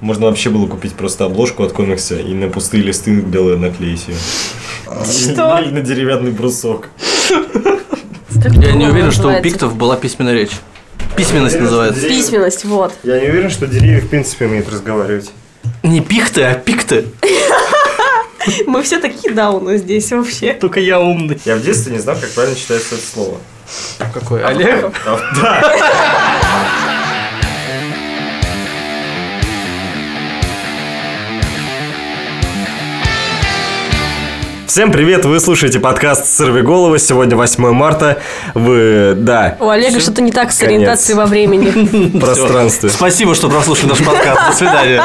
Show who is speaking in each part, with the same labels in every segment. Speaker 1: Можно вообще было купить просто обложку от комикса и на пустые листы белые наклеить ее.
Speaker 2: А,
Speaker 3: Что?
Speaker 1: Или на деревянный брусок.
Speaker 4: Я
Speaker 3: Ну,
Speaker 4: не уверен, что у пиктов была письменная речь. Письменность называется.
Speaker 3: Письменность, вот.
Speaker 2: Я не уверен, что деревья в принципе умеют разговаривать.
Speaker 4: Не пихты, а пикты.
Speaker 3: Мы все такие дауны здесь вообще.
Speaker 4: Только я умный.
Speaker 2: Я в детстве не знал, как правильно читается это слово. А
Speaker 4: Какой? Олег?
Speaker 1: Всем привет, вы слушаете подкаст «Сорвиголова». Сегодня 8 марта. Вы, да,
Speaker 3: У Олега что-то не так с
Speaker 1: Конец.
Speaker 3: ориентацией во времени.
Speaker 1: в пространстве.
Speaker 4: Спасибо, что прослушали наш подкаст. До свидания.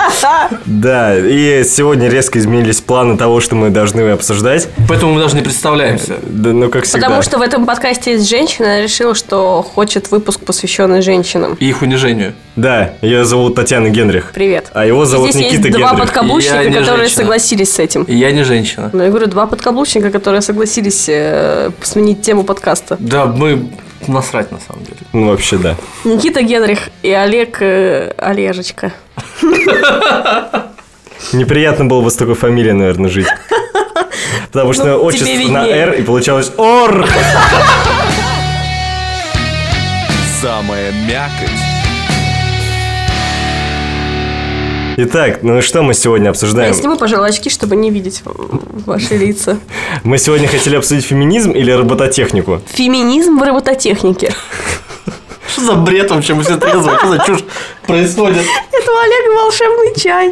Speaker 1: Да, и сегодня резко изменились планы того, что мы должны обсуждать.
Speaker 4: Поэтому мы даже не представляемся.
Speaker 1: Да, ну, как всегда.
Speaker 3: Потому что в этом подкасте есть женщина, она решила, что хочет выпуск, посвященный женщинам.
Speaker 4: И их унижению.
Speaker 1: Да, ее зовут Татьяна Генрих.
Speaker 3: Привет.
Speaker 1: А его зовут
Speaker 3: Здесь
Speaker 1: Никита
Speaker 3: есть два
Speaker 1: Генрих.
Speaker 3: подкаблучника,
Speaker 4: Я не
Speaker 3: которые
Speaker 4: женщина.
Speaker 3: согласились с этим.
Speaker 4: И я не женщина.
Speaker 3: Ну, я говорю, два подкаблучника, которые согласились э, сменить тему подкаста.
Speaker 4: Да, мы насрать на самом деле.
Speaker 1: Ну, вообще, да.
Speaker 3: Никита Генрих и Олег э, Олежечка.
Speaker 1: Неприятно было бы с такой фамилией, наверное, жить. Потому что
Speaker 3: Ну,
Speaker 1: отчество
Speaker 3: тебе
Speaker 1: на
Speaker 3: виднее.
Speaker 1: «Р» и получалось «Ор».
Speaker 5: Самая мякоть.
Speaker 1: Итак, ну что мы сегодня
Speaker 4: Эм.
Speaker 3: А
Speaker 1: обсуждаем?
Speaker 3: я сниму, пожалуй, очки, чтобы не видеть в- ваши лица.
Speaker 1: Мы сегодня хотели обсудить феминизм или робототехнику?
Speaker 3: Феминизм в робототехнике.
Speaker 4: Что за бред вообще? Мы все трезвые. Что за чушь происходит?
Speaker 3: Это у Олега волшебный чай.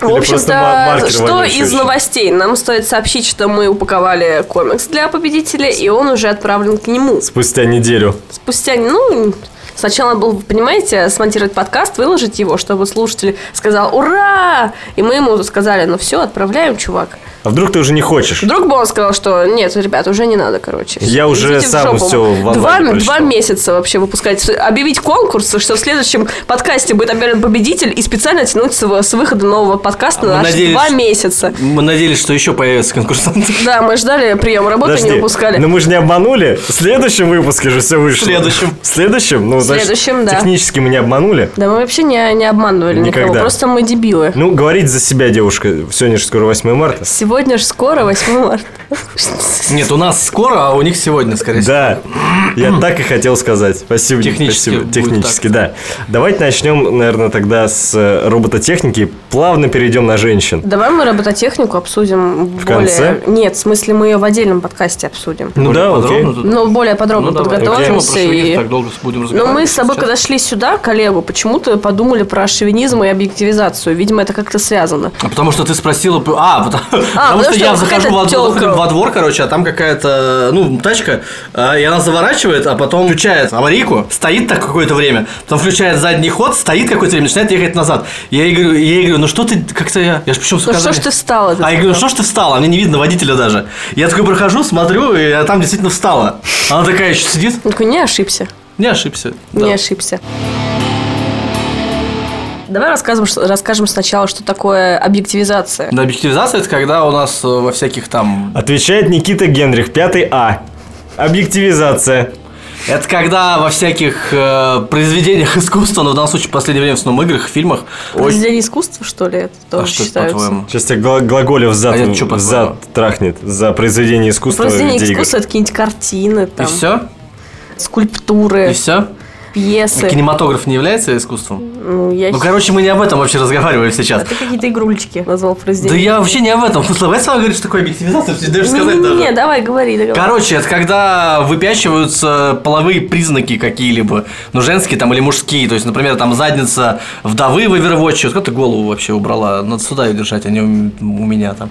Speaker 3: В
Speaker 1: Или просто ма-
Speaker 3: общем-то,
Speaker 1: маркер
Speaker 3: что
Speaker 1: вонючий
Speaker 3: из
Speaker 1: очень.
Speaker 3: новостей? Нам стоит сообщить, что мы упаковали комикс для победителя, и он уже отправлен к нему.
Speaker 1: Спустя неделю.
Speaker 3: Спустя, ну, сначала был, понимаете, смонтировать подкаст, выложить его, чтобы слушатель сказал «Ура!» И мы ему сказали «Ну все, отправляем, чувак».
Speaker 1: А вдруг ты уже не хочешь?
Speaker 3: Вдруг бы он сказал, что нет, ребят, уже не надо, короче.
Speaker 1: Я уже
Speaker 3: Идите в
Speaker 1: сам
Speaker 3: жопу».
Speaker 1: всё в онлайне
Speaker 3: два,
Speaker 1: прочитал.
Speaker 3: два месяца вообще выпускать. Объявить конкурс, что в следующем подкасте будет объявлен победитель, и специально тянуть с, с выхода нового подкаста
Speaker 4: мы
Speaker 3: на аж
Speaker 4: надеялись-
Speaker 3: два месяца.
Speaker 4: Мы надеялись, что еще появятся конкурсанты.
Speaker 3: Да, мы ждали прием работы,
Speaker 1: Подожди, ну
Speaker 3: не выпускали.
Speaker 1: но мы же не обманули. В следующем выпуске же все вышло.
Speaker 4: В следующем.
Speaker 1: В следующем? Ну, значит,
Speaker 3: следующем, да.
Speaker 1: технически мы не обманули.
Speaker 3: Да мы вообще не, не обманывали никого,
Speaker 1: Никогда.
Speaker 3: просто мы дебилы.
Speaker 1: Ну, говорить за себя, девушка. Сегодня же скоро 8 марта.
Speaker 3: Сегодня же скоро 8 марта.
Speaker 4: Нет, у нас скоро, а у них сегодня, скорее всего.
Speaker 1: Да, я так и хотел сказать. Спасибо, Ник,
Speaker 4: Технически
Speaker 1: спасибо.
Speaker 4: будет
Speaker 1: Технически, да. Давайте начнем, наверное, тогда с э, робототехники. Плавно перейдем на женщин.
Speaker 3: Давай мы робототехнику обсудим в более...
Speaker 1: конце?
Speaker 3: Нет, в смысле мы ее в отдельном подкасте обсудим.
Speaker 1: Ну
Speaker 4: Более
Speaker 1: да, окей.
Speaker 4: подробно тут.
Speaker 3: Но более подробно
Speaker 4: Ну, давай. Почему про
Speaker 3: подготовимся
Speaker 4: шовинизм
Speaker 3: и...
Speaker 4: так долго будем
Speaker 3: Но
Speaker 4: разговаривать?
Speaker 3: Ну, мы с тобой,
Speaker 4: сейчас?
Speaker 3: когда шли сюда, коллегу, почему-то подумали про шовинизм и объективизацию. Видимо, это как-то связано.
Speaker 4: А Потому что ты спросила... п- А, потому, потому что,
Speaker 3: что
Speaker 4: я
Speaker 3: какая-то
Speaker 4: захожу во двор,
Speaker 3: тёлка.
Speaker 4: во двор, короче, а там какая-то, ну, тачка, а, и она заворачивает, а потом включает аварийку, стоит так какое-то время, потом включает задний ход, стоит какое-то время, начинает ехать назад. Я ей говорю, я ей говорю ну что ты, как-то я... Я же причем с
Speaker 3: Ну что ж
Speaker 4: указанием-
Speaker 3: ты встала?
Speaker 4: а я говорю, ну что ж ты встала? Мне не видно водителя даже. Я такой прохожу, смотрю, и а там действительно встала. Она такая еще сидит.
Speaker 3: Он такой, не ошибся,
Speaker 4: Не ошибся. Да.
Speaker 3: не ошибся. Давай расскажем, что- расскажем сначала, что такое объективизация.
Speaker 4: Да, объективизация это когда у нас э, во всяких там.
Speaker 1: Отвечает Никита Генрих, 5 А. Объективизация.
Speaker 4: Это когда во всяких э, произведениях искусства, но в данном случае в последнее время в основном играх, фильмах. Очень...
Speaker 3: Произведение искусства, что ли, это
Speaker 4: А
Speaker 3: тоже
Speaker 4: что это,
Speaker 3: считается?
Speaker 4: по-твоему?
Speaker 1: Сейчас тебя гла- Глаголев зад,
Speaker 4: А я чё, по-твоему?
Speaker 1: зад трахнет за произведение искусства.
Speaker 3: Произведение
Speaker 1: в виде игр.
Speaker 3: искусства – это какие-нибудь картины,
Speaker 4: И
Speaker 3: там,
Speaker 4: все?
Speaker 3: скульптуры,
Speaker 4: И все?
Speaker 3: пьесы.
Speaker 4: Кинематограф не является искусством?
Speaker 3: Ну, я
Speaker 4: Ну,
Speaker 3: щ-
Speaker 4: короче, мы не об этом вообще разговариваем сейчас.
Speaker 3: А ты какие-то игрульчики назвал
Speaker 4: Да
Speaker 3: произведение.
Speaker 4: я вообще не об этом. Слушай, давай сама говоришь, что такое объективизация, ты даже сказать даже.
Speaker 3: Не-не-не, давай, говори. договор-
Speaker 4: Короче, это когда выпячиваются половые признаки какие-либо, ну, женские там или мужские, то есть, например, там задница вдовы в Overwatch, вот как ты голову вообще убрала? Надо сюда ее держать, а не у м- у меня там.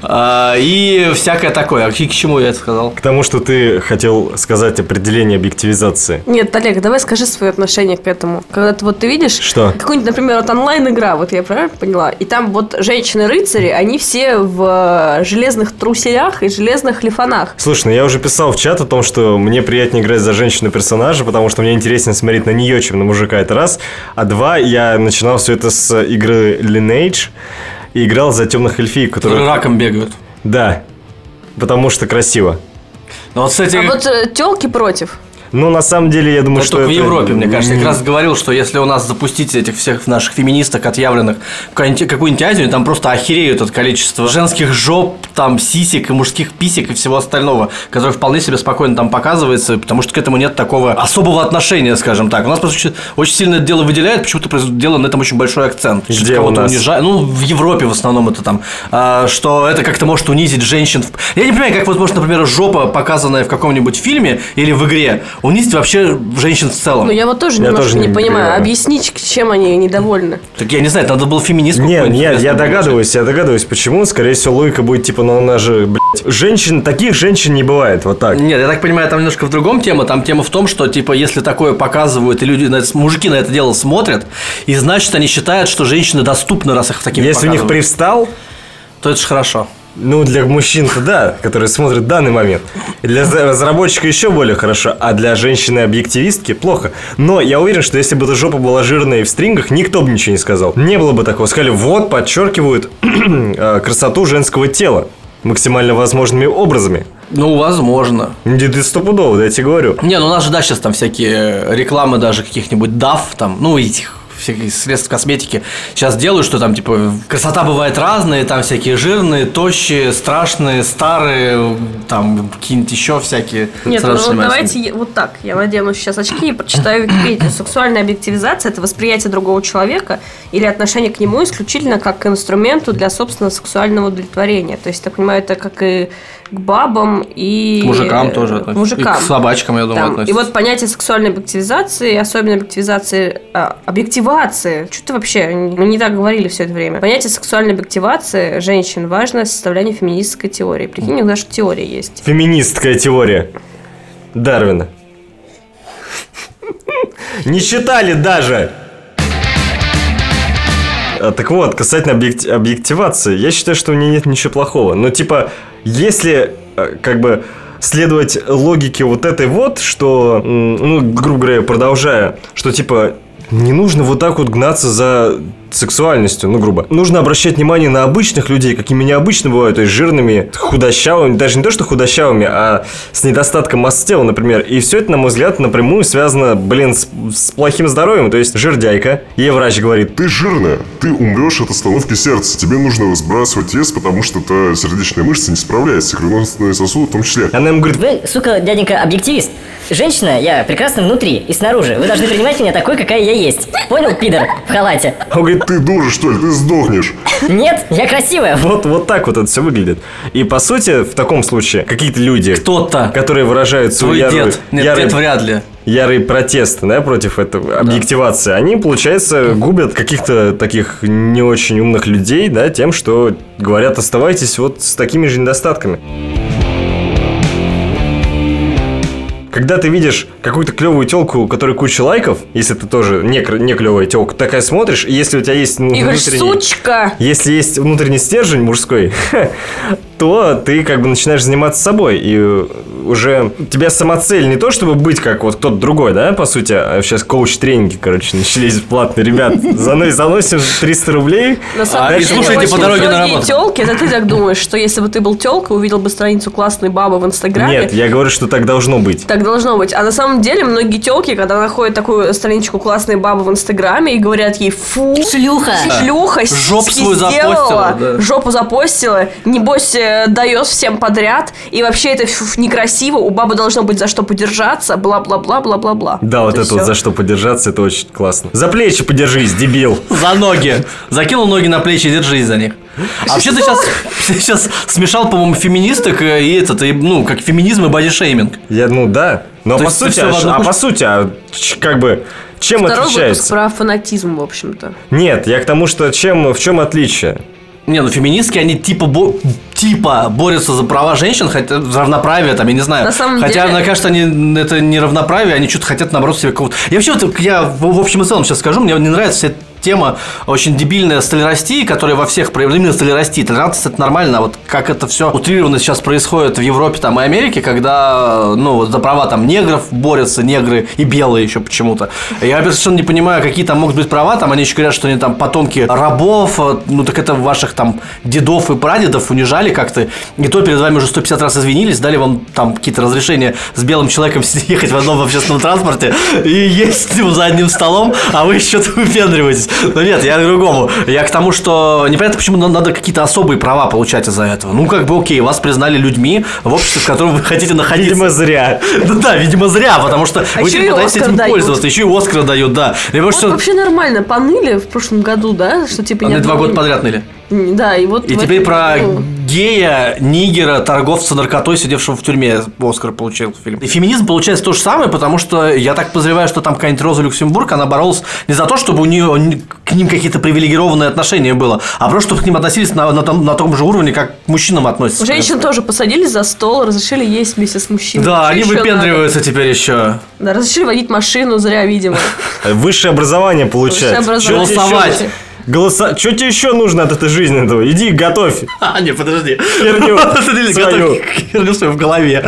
Speaker 4: А, И всякое такое. А к к чему я это сказал?
Speaker 1: К тому, что ты хотел сказать определение объективизации.
Speaker 3: Нет, Олег, давай скажи свое отношение к этому. Когда ты вот ты видишь
Speaker 1: Что?
Speaker 3: какую-нибудь, например, вот онлайн-игра, вот я правильно поняла, и там вот женщины-рыцари, они все в э, железных труселях и железных лифанах.
Speaker 1: Слушай, ну я уже писал в чат о том, что мне приятнее играть за женщину-персонажа, потому что мне интереснее смотреть на нее, чем на мужика, это раз. А два, я начинал все это с игры Lineage и играл за темных эльфиек,
Speaker 4: Которые
Speaker 1: которые...
Speaker 4: раком бегают.
Speaker 1: Да, потому что красиво.
Speaker 4: Ну, вот, кстати,
Speaker 3: А вот телки э, против.
Speaker 1: Ну, на самом деле, я думаю,
Speaker 4: Это
Speaker 1: что
Speaker 4: только в
Speaker 1: это
Speaker 4: Европе, мне кажется. Я
Speaker 1: не-
Speaker 4: как раз говорил, что если у нас запустить этих всех наших феминисток отъявленных в какую-нибудь какую-нибудь Азию, там просто охереют от количества женских жоп, там сисек и мужских писек и всего остального, которое вполне себе спокойно там показывается, потому что к этому нет такого особого отношения, скажем так. У нас просто очень, очень сильно это дело выделяет, почему-то произ- дело на этом очень большой акцент. Что
Speaker 1: Где у
Speaker 4: кого-то
Speaker 1: нас?
Speaker 4: унижа- Ну, в Европе в основном это там, а, что это как-то может унизить женщин. в- Я не понимаю, как вот может, например, жопа, показанная в каком-нибудь фильме или в игре, унизить вообще женщин в целом.
Speaker 3: Ну, я вот тоже
Speaker 1: Я
Speaker 3: немножко
Speaker 1: тоже
Speaker 3: не,
Speaker 1: не
Speaker 3: понимаю.
Speaker 1: понимаю.
Speaker 3: Объясните, чем они недовольны.
Speaker 4: Так я не знаю, надо было феминистку.
Speaker 1: Не,
Speaker 4: какую-нибудь
Speaker 1: не, я
Speaker 4: интересную приглашать.
Speaker 1: догадываюсь, я догадываюсь, почему. Скорее всего, логика будет типа, ну она же, блядь, женщин, таких женщин не бывает, вот так.
Speaker 4: Нет, я так понимаю, там немножко в другом тема. Там тема в том, что, типа, если такое показывают, и люди, на это- мужики на это дело смотрят, и значит, они считают, что женщины доступны, раз их такими
Speaker 1: Если у них
Speaker 4: показывают.
Speaker 1: привстал,
Speaker 4: То это же хорошо.
Speaker 1: ну, для мужчин-то да, которые смотрят данный момент. И Для за- разработчика еще более хорошо, а для женщины-объективистки плохо. Но я уверен, что если бы эта жопа была жирная и в стрингах, никто бы ничего не сказал. Не было бы такого. Сказали, вот, подчеркивают э, красоту женского тела максимально возможными образами. Ну,
Speaker 4: Ну, возможно.
Speaker 1: Да ты стопудово, да я тебе говорю.
Speaker 4: Не, ну у нас же, да, сейчас там всякие э, рекламы даже каких-нибудь дав, там, ну, этих всяких средств косметики сейчас делают, что там, типа, красота бывает разная, там всякие жирные, тощие, страшные, старые, там, какие-нибудь еще всякие.
Speaker 3: Нет, ну
Speaker 4: Сразу
Speaker 3: вот
Speaker 4: снимаются.
Speaker 3: давайте я- вот так. Я надену сейчас очки и прочитаю Википедию. Сексуальная объективизация – это восприятие другого человека или отношение к нему исключительно как к инструменту для собственного сексуального удовлетворения. То есть, я так понимаю, это как и к бабам, и...
Speaker 4: К мужикам тоже
Speaker 3: К
Speaker 4: относится.
Speaker 3: мужикам.
Speaker 4: И к собачкам, я думаю,
Speaker 3: Там. И
Speaker 4: относится.
Speaker 3: вот понятие сексуальной объективизации, особенно объективизации, а, объективации, что ты вообще, мы не так говорили все это время. Понятие сексуальной объективации женщин важно в составлении феминистской теории. Прикинь, у нас же теория есть.
Speaker 1: Феминистская теория Дарвина. Не считали даже. А, Так вот, касательно объект- объективации, я считаю, что у нее нет ничего плохого. Но типа, если э, как бы следовать логике вот этой вот, что, м, ну, грубо говоря, продолжая, что типа не нужно вот так вот гнаться за сексуальностью, ну, грубо. Нужно обращать внимание на обычных людей, какими они обычно бывают, то есть жирными, худощавыми, даже не то, что худощавыми, а с недостатком массы тела, например. И все это, на мой взгляд, напрямую связано, блин, с, с плохим здоровьем, то есть жирдяйка. Ей врач говорит,
Speaker 6: Ты жирная, ты умрешь от остановки сердца. Тебе нужно сбрасывать вес, потому что твоя сердечная мышца не справляется, и кровеносные сосуды в том числе.
Speaker 1: она ему говорит,
Speaker 7: Вы, сука, дяденька, объективист. Женщина, я прекрасна внутри и снаружи. Вы должны принимать меня такой, какая я есть. Понял, пидор, в халате?
Speaker 1: он говорит,
Speaker 6: Ты дура, что ли? Ты сдохнешь.
Speaker 7: Нет, я красивая.
Speaker 1: Вот, вот так вот это все выглядит. И по сути, в таком случае, какие-то люди,
Speaker 4: Кто-то.
Speaker 1: которые выражают свой
Speaker 4: Твой
Speaker 1: ярый,
Speaker 4: дед. Нет,
Speaker 1: ярый-
Speaker 4: дед вряд ли.
Speaker 1: ярый протест да, против этого, объективации, они, получается, губят каких-то таких не очень умных людей да, тем, что говорят, оставайтесь вот с такими же недостатками. Когда ты видишь какую-то клевую телку, у которой куча лайков, если ты тоже не, кр- не клевая телка, такая смотришь, и если у тебя есть ну,
Speaker 3: И говоришь,
Speaker 1: внутренний-
Speaker 3: сучка!
Speaker 1: если есть внутренний стержень мужской, то ты как бы начинаешь заниматься собой. И э, уже у тебя самоцель не то, чтобы быть как вот кто-то другой, да, по сути. А сейчас коуч-тренинги, короче, начались платные. Ребят, за мной заносим 300 рублей.
Speaker 3: На самом
Speaker 4: А, и
Speaker 3: деле,
Speaker 4: слушайте
Speaker 3: очень
Speaker 4: по дороге на
Speaker 3: многие
Speaker 4: работу.
Speaker 3: телки, это ты так думаешь, что если бы ты был телкой, увидел бы страницу классной бабы в Инстаграме,
Speaker 1: Нет, я говорю, что так должно быть.
Speaker 3: так должно быть. А на самом деле многие телки, когда находят такую страничку классной бабы в Инстаграме и говорят ей «фу,
Speaker 7: Шлюха.
Speaker 3: шлюха,
Speaker 4: Жоп
Speaker 3: сиськи
Speaker 4: свою
Speaker 3: сделала,
Speaker 4: запостила, да».
Speaker 3: жопу запостила, небось э, дает всем подряд, и вообще это фу, некрасиво, у бабы должно быть за что подержаться, бла-бла-бла-бла-бла-бла».
Speaker 1: Да, вот
Speaker 3: и
Speaker 1: это вот
Speaker 3: всё.
Speaker 1: за что подержаться, это очень классно. За плечи подержись, дебил.
Speaker 4: За ноги. Закинул ноги на плечи и держись за них. А вообще ты сейчас, сейчас смешал, по-моему, феминисток э, и этот, и, ну, как феминизм и бодишейминг.
Speaker 1: Я, ну да. Ну а
Speaker 4: То
Speaker 1: по
Speaker 4: есть ты
Speaker 1: сути,
Speaker 4: всё в
Speaker 1: а
Speaker 4: одну
Speaker 1: ш- а
Speaker 4: кучу?
Speaker 1: по сути, а ч- как бы, чем
Speaker 3: Второй выпуск
Speaker 1: отличается?
Speaker 3: про фанатизм, в общем-то.
Speaker 1: Нет, я к тому, что чем, в чем отличие?
Speaker 4: Не, ну феминистки, они типа, бо- типа борются за права женщин, хотя за равноправие, там, я не знаю.
Speaker 3: На самом
Speaker 4: хотя,
Speaker 3: деле-
Speaker 4: мне кажется, они это не равноправие, они что-то хотят, наоборот, себе какого-то. Я вообще, вот, я в в общем и целом сейчас скажу, мне не нравится вся эта тема очень дебильная столярастии, которая во всех проявлена, именно столярастии. Толерантность это нормально, а вот как это все утрированно сейчас происходит в Европе там, и Америке, когда ну, вот за права там негров борются, негры и белые еще почему-то. Я опять совершенно не понимаю, какие там могут быть права, там они еще говорят, что они там потомки рабов, э, ну так это ваших там дедов и прадедов унижали как-то, и то перед вами уже 150 раз извинились, дали вам там какие-то разрешения с белым человеком сидеть- ехать в одном общественном транспорте и есть типа, за одним столом, а вы еще то выпендриваетесь. Но нет, я к другому. Я к тому, что непонятно, почему на- надо какие-то особые права получать из-за этого. Ну, как бы окей, вас признали людьми в обществе, в котором вы хотите находиться.
Speaker 1: Видимо, зря.
Speaker 4: Да, да, видимо, зря, потому что вы
Speaker 3: еще
Speaker 4: теперь
Speaker 3: А и
Speaker 4: пытаетесь
Speaker 3: Оскар
Speaker 4: этим
Speaker 3: дают.
Speaker 4: пользоваться, еще и Оскар дают, да. Я понимаю,
Speaker 3: Вот
Speaker 4: что
Speaker 3: вообще нормально, поныли в прошлом году, да, что типа...
Speaker 4: они
Speaker 3: нет
Speaker 4: два года
Speaker 3: времени.
Speaker 4: подряд ныли.
Speaker 3: М, Да, и вот...
Speaker 4: И
Speaker 3: в
Speaker 4: теперь
Speaker 3: этом
Speaker 4: про
Speaker 3: году-
Speaker 4: гея, нигера, торговца наркотой, сидевшего в тюрьме, Оскар получил фильм. И феминизм получается то же самое, потому что я так подозреваю, что там какая-нибудь Роза Люксембург, она боролась не за то, чтобы у нее к ним какие-то привилегированные отношения было, а просто чтобы к ним относились на, на том, на том же уровне, как к мужчинам относятся.
Speaker 3: Женщин тоже посадили за стол, разрешили есть вместе с мужчиной.
Speaker 4: Да,
Speaker 3: Что
Speaker 4: они
Speaker 3: еще надо?
Speaker 4: выпендриваются теперь еще.
Speaker 3: Да, разрешили водить машину, зря, видимо.
Speaker 1: Высшее образование получать.
Speaker 3: Высшее
Speaker 1: Чё тебе
Speaker 4: Голосовать.
Speaker 1: ещё- Голоса... Что тебе еще нужно от этой жизни? этого? Иди, готовь.
Speaker 4: А, не, подожди.
Speaker 1: Херню
Speaker 4: Смотри,
Speaker 1: свою.
Speaker 4: готовь Херню свою в голове.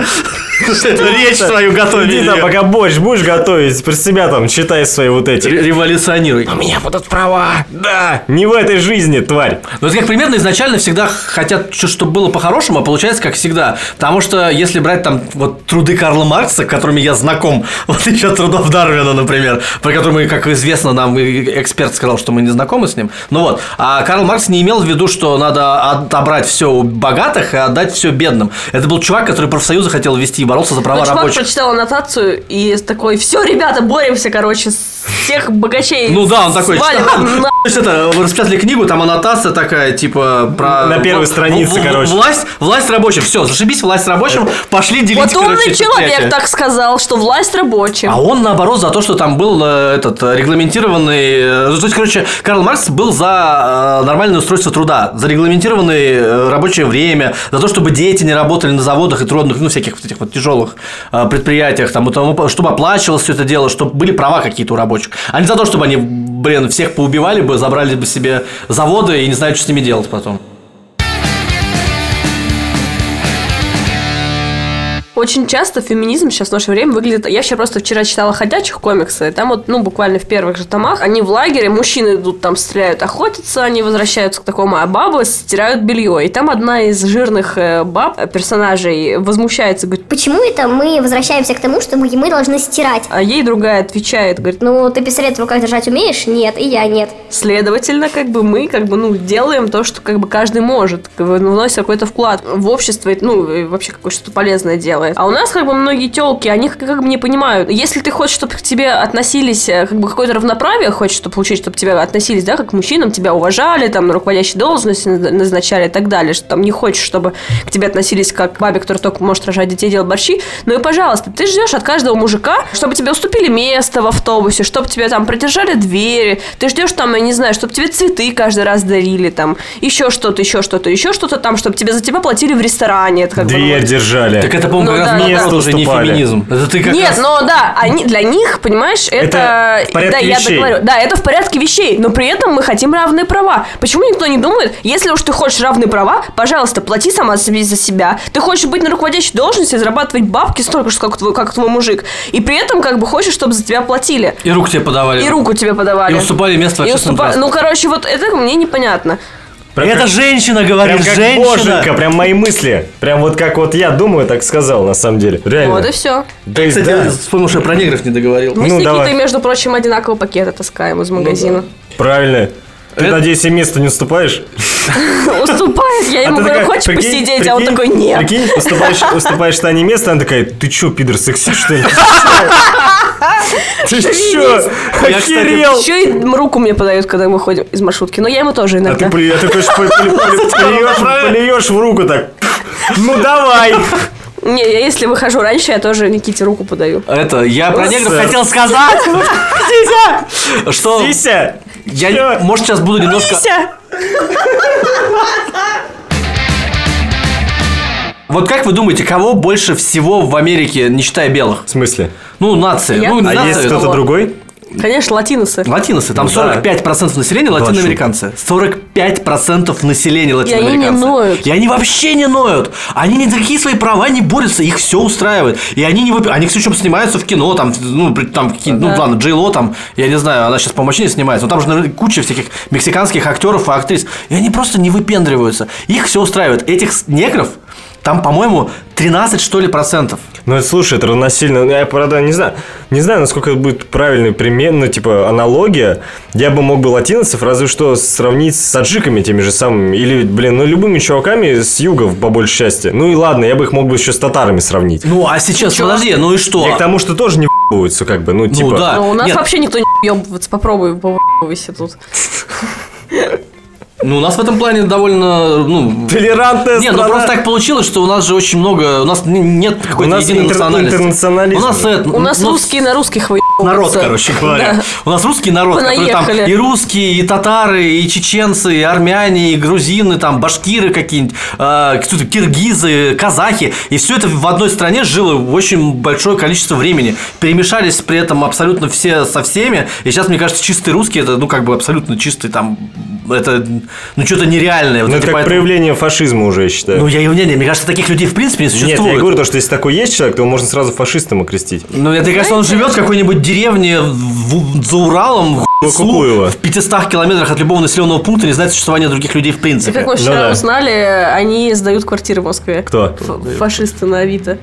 Speaker 4: Речь свою
Speaker 1: Иди там,
Speaker 4: готовь.
Speaker 1: пока борщ будешь готовить, про себя там читай свои вот эти.
Speaker 4: Революционируй.
Speaker 1: Не в этой жизни, тварь.
Speaker 4: Ну, это как примерно изначально всегда хотят, чтобы было по-хорошему, а получается как всегда. Потому что если брать там вот труды Карла Маркса, которыми я знаком, вот еще от трудов Дарвина, например, про которые, как известно, нам и эксперт сказал, что мы не знакомы с ним. Ну вот, а Карл Маркс не имел в виду, что надо отобрать все у богатых и отдать все бедным. Это был чувак, который профсоюзы хотел вести и боролся за права
Speaker 3: Ну, чувак
Speaker 4: рабочих.
Speaker 3: прочитал аннотацию и такой, все, ребята, боремся, короче, с всех богачей.
Speaker 4: Ну да, он такой
Speaker 3: свалим
Speaker 4: читал.
Speaker 3: на-
Speaker 4: То есть это распятли книгу, там аннотация такая, типа про.
Speaker 1: На первой
Speaker 4: в-
Speaker 1: странице,
Speaker 4: в- в-
Speaker 1: короче. Э,
Speaker 4: Власть, власть рабочим. Все, зашибись, власть рабочим, пошли делить.
Speaker 3: Вот
Speaker 4: короче,
Speaker 3: умный
Speaker 4: предприятие.
Speaker 3: человек так сказал, что власть рабочим.
Speaker 4: А он, наоборот, за то, что там был э, этот э, регламентированный... э, ну, То есть, короче, Карл Маркс был за э, нормальное устройство труда, за регламентированное э, рабочее время, за то, чтобы дети не работали на заводах и трудных, ну, всяких вот этих вот тяжелых э, предприятиях, там, и тому по- чтобы оплачивалось все это дело, чтобы были права какие-то у рабочих. А не за то, чтобы они, блин, всех поубивали бы, забрали бы себе заводы и не знают, что с ними делать потом.
Speaker 3: Очень часто феминизм сейчас в наше время выглядит... Я вообще просто вчера читала «Ходячих» комиксы, и там вот, ну, буквально в первых же томах, они в лагере, мужчины идут там, стреляют, охотятся, они возвращаются к такому, а бабы стирают белье. И там одна из жирных э, баб, э, персонажей, возмущается, говорит,
Speaker 8: Почему это мы возвращаемся к тому, что мы, мы должны стирать?
Speaker 3: а ей другая отвечает, говорит,
Speaker 8: Ну, ты пистолет в руках держать умеешь? Нет, и я нет.
Speaker 3: следовательно, как бы мы, как бы, ну, делаем то, что, как бы, каждый может, как бы, ну, вносит какой-то вклад в общество, и, ну, и вообще какое что-то полезное делает. А у нас, как бы, многие телки, они как, как бы не понимают, если ты хочешь, чтобы к тебе относились, э, как бы, какое-то равноправие хочешь, чтобы получить, чтобы тебя относились, да, как к мужчинам, тебя уважали, там, на руководящие должности наз- назначали и так далее, что там не хочешь, чтобы к тебе относились как к бабе, которая только может рожать детей, делать борщи, ну и, пожалуйста, ты ждешь от каждого мужика, чтобы тебе уступили место в автобусе, чтобы тебе там продержали двери, ты ждешь там, я не знаю, чтобы тебе цветы каждый раз дарили, там, еще что-то, еще что-то, еще что-то там, чтобы тебе за тебя платили в ресторане, это как бы, ну,
Speaker 1: Дверь
Speaker 3: вот.
Speaker 1: держали.
Speaker 4: Так это, по-моему,
Speaker 3: Ну
Speaker 4: как
Speaker 3: да,
Speaker 4: раз
Speaker 3: да,
Speaker 4: наоборот
Speaker 1: да.
Speaker 4: уже не
Speaker 1: Уступали.
Speaker 4: феминизм. Это ты как
Speaker 3: Нет,
Speaker 4: раз-
Speaker 3: но да, они, для них, понимаешь, это...
Speaker 1: Это в порядке
Speaker 3: да, я
Speaker 1: вещей.
Speaker 3: договорю. Да, это в порядке вещей, но при этом мы хотим равные права. Почему никто не думает, если уж ты хочешь равные права, пожалуйста, плати сама себе за себя. Ты хочешь быть на руководящей должности, зарабатывать бабки столько же, как твой, как твой мужик. И при этом как бы хочешь, чтобы за тебя платили.
Speaker 4: И рук тебе подавали.
Speaker 1: Э,
Speaker 3: И руку тебе подавали.
Speaker 4: И уступали место в
Speaker 3: И
Speaker 4: общественном
Speaker 3: уступа-
Speaker 4: транспорте.
Speaker 3: Ну, короче, вот это мне непонятно.
Speaker 1: Прям
Speaker 4: это
Speaker 1: как-
Speaker 4: женщина
Speaker 1: Прям
Speaker 4: говорит,
Speaker 1: как
Speaker 4: женщина.
Speaker 1: боженька, прям мои мысли. Прям вот как вот я думаю, так сказал на самом деле. Реально.
Speaker 3: Вот и все.
Speaker 1: То есть,
Speaker 4: Кстати,
Speaker 1: да.
Speaker 4: я вспомнил, что я про негров не договорил.
Speaker 1: Э,
Speaker 3: Мы
Speaker 1: Ну,
Speaker 3: с Никитой,
Speaker 1: давай. Ну,
Speaker 3: между прочим, одинаково пакеты таскаем из магазина.
Speaker 1: Правильно. Ты,
Speaker 4: Это-
Speaker 1: надеюсь, им место не уступаешь?
Speaker 3: Уступает, я ему
Speaker 1: А ты
Speaker 3: говорю,
Speaker 1: такая,
Speaker 3: Ну, хочешь
Speaker 1: прикинь,
Speaker 3: посидеть, а он
Speaker 1: прикинь,
Speaker 3: такой, нет.
Speaker 1: Прикинь, уступаешь, уступаешь Тане место, она такая, ты чё, пидор, сексист, что ли? Ты чё?
Speaker 4: Я, кстати,
Speaker 1: Охерел!
Speaker 3: Еще и руку мне подают, когда мы ходим из маршрутки. Но я ему тоже
Speaker 1: А
Speaker 3: иногда.
Speaker 1: ты плюешь, плюешь в руку так. Ну давай!
Speaker 3: Не, я если выхожу раньше, я тоже Никите руку подаю.
Speaker 4: Это, я про
Speaker 1: Ну,
Speaker 4: негров
Speaker 1: сэр.
Speaker 4: хотел сказать, что
Speaker 1: Сися!
Speaker 4: я,
Speaker 1: чё?
Speaker 4: может, сейчас буду немножко...
Speaker 3: Ся!
Speaker 4: Вот как вы думаете, кого больше всего в Америке, не считая белых?
Speaker 1: В смысле?
Speaker 4: Ну, нации.
Speaker 3: Я?
Speaker 4: Ну,
Speaker 3: А
Speaker 1: А
Speaker 4: нации.
Speaker 1: есть
Speaker 3: кто-то
Speaker 1: кто-то
Speaker 3: вот.
Speaker 1: другой?
Speaker 3: Конечно, латиносы.
Speaker 4: Латиносы, там
Speaker 1: Ну да.
Speaker 4: 45% населения
Speaker 1: шутка.
Speaker 4: латиноамериканцы. 45% населения латиноамериканцы.
Speaker 3: ноют.
Speaker 4: И они вообще не ноют. Они ни за какие свои права не борются, их все устраивает. И они не вопи- Они, к причем, снимаются в кино, там, ну, при- там, какие- ну,
Speaker 3: Да.
Speaker 4: ладно, Джей Ло, там, я не знаю, она сейчас по мощнее снимается, но там же наверное, куча всяких мексиканских актеров и актрис. И они просто не выпендриваются. Их все устраивает. Этих с- негров, там, по-моему, 13, что ли, процентов.
Speaker 1: Ну, это, слушай, это равносильно, ну, я, правда, не знаю, не знаю, насколько это будет правильный пример, ну, типа, аналогия. Я бы мог бы латиноцев разве что сравнить с аджиками теми же самыми, или, блин, ну, любыми чуваками с юга, по большей части. Ну, и ладно, я бы их мог бы еще с татарами сравнить.
Speaker 4: Ну, а сейчас,
Speaker 3: Чё?
Speaker 4: подожди, ну и что?
Speaker 1: Я к тому, что тоже не ебываются, как бы, ну, типа...
Speaker 4: да.
Speaker 3: Но у нас
Speaker 4: Нет.
Speaker 3: вообще никто не ебывается. Попробуй повыйся тут.
Speaker 4: Ну, у нас в этом плане довольно, ну...
Speaker 1: Толерантная
Speaker 4: Не, ну
Speaker 1: страна.
Speaker 4: просто так получилось, что у нас же очень много, у нас н- нет какой-то
Speaker 1: нас
Speaker 4: единой
Speaker 1: интер-
Speaker 4: национальности.
Speaker 1: интернационализм.
Speaker 4: У нас это,
Speaker 3: У нас
Speaker 4: ну,
Speaker 3: русские на русских выебываются.
Speaker 4: народ, короче говоря.
Speaker 3: Да.
Speaker 4: У нас русский народ, который там
Speaker 3: Понаехали.
Speaker 4: и русские, и татары, и чеченцы, и армяне, и грузины, там башкиры какие-нибудь, а, кто-то киргизы, казахи. И все это в одной стране жило очень большое количество времени. Перемешались при этом абсолютно все со всеми. И сейчас, мне кажется, чистый русский это, ну, как бы абсолютно чистый там, это, ну, что-то нереальное. Вот
Speaker 1: Ну,
Speaker 4: эти
Speaker 1: это как
Speaker 4: поэтому-
Speaker 1: проявление фашизма уже, я считаю.
Speaker 4: ну, я его не, не, мне кажется, таких людей в принципе не
Speaker 1: Нет,
Speaker 4: существует.
Speaker 1: я говорю то, что если такой есть человек, то его можно сразу фашистом окрестить.
Speaker 4: Ну, это, кажется, он живет в какой-нибудь деревне в- в- за Уралом, в
Speaker 1: Ну,
Speaker 4: Слу,
Speaker 1: Кукуево.
Speaker 4: в 500 километрах от любого населенного пункта, не знает существования других людей в
Speaker 3: И как
Speaker 4: принципе.
Speaker 3: мы вчера
Speaker 1: да.
Speaker 3: узнали, они сдают квартиры в Москве.
Speaker 1: Кто?
Speaker 3: Ф- фашисты на Авито.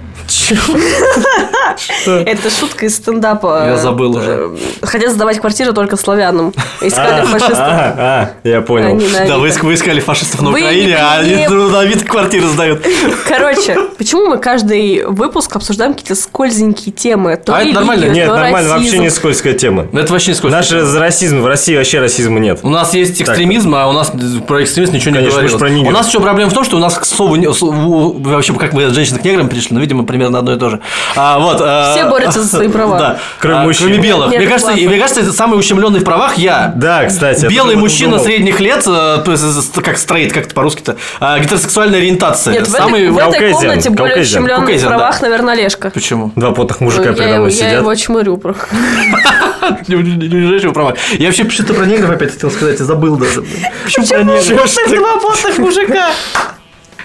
Speaker 3: Это шутка из стендапа.
Speaker 4: Я забыл уже.
Speaker 3: Э, Хотят сдавать квартиры только славянам. Искали фашистов.
Speaker 1: А, а, я понял.
Speaker 3: Они на
Speaker 4: Да,
Speaker 3: Авито.
Speaker 4: вы, иск- вы искали фашистов на
Speaker 3: Вы
Speaker 4: Украине,
Speaker 3: не
Speaker 4: а они
Speaker 3: поняли.
Speaker 4: на вид квартиры сдают.
Speaker 3: Короче, почему мы каждый выпуск обсуждаем какие-то скользенькие темы? То
Speaker 4: А это
Speaker 3: религию,
Speaker 4: нормально.
Speaker 3: то
Speaker 1: Нет, нормально,
Speaker 3: расизм.
Speaker 1: вообще не скользкая тема.
Speaker 4: Ну, это вообще не сколько.
Speaker 1: Наше за расизм, в России вообще расизма нет.
Speaker 4: У нас есть экстремизм, а у нас про экстремизм ничего не
Speaker 1: Конечно,
Speaker 4: говорилось.
Speaker 1: мы ж про нигеров.
Speaker 4: у нас еще проблема в том, что у нас к слову не- с- у- вообще как мы от женщин к неграм пришли, ну, видимо, примерно одно и то же. А, вот, а,
Speaker 3: Все борются за свои права.
Speaker 4: Да.
Speaker 1: Кроме
Speaker 4: А,
Speaker 1: мужчин.
Speaker 4: Кроме белых.
Speaker 3: Нет,
Speaker 4: мне, кажется,
Speaker 3: классно.
Speaker 4: мне кажется, это самый ущемленный в правах я.
Speaker 1: Да, кстати. я тоже
Speaker 4: Белый
Speaker 1: об этом
Speaker 4: мужчина
Speaker 1: думал.
Speaker 4: средних лет, э, п- с- с- как стрейт, как это по-русски-то, а, гетеросексуальная ориентация.
Speaker 3: Нет, в этой-
Speaker 4: Самый-
Speaker 3: в этой
Speaker 1: Caucasian,
Speaker 3: комнате более
Speaker 1: Caucasian,
Speaker 3: ущемленных
Speaker 4: Caucasian, да.
Speaker 3: правах, наверное, Олежка.
Speaker 4: Почему?
Speaker 1: Два потных
Speaker 3: Ну,
Speaker 1: мужика
Speaker 3: я,
Speaker 1: передо
Speaker 3: его-
Speaker 1: мной
Speaker 3: я
Speaker 1: сидят. Ну,
Speaker 3: его чмырю. про-
Speaker 4: Не унижаешь его права. Я вообще что-то про негров опять хотел сказать, я забыл даже. Почему про
Speaker 3: Два потных мужика.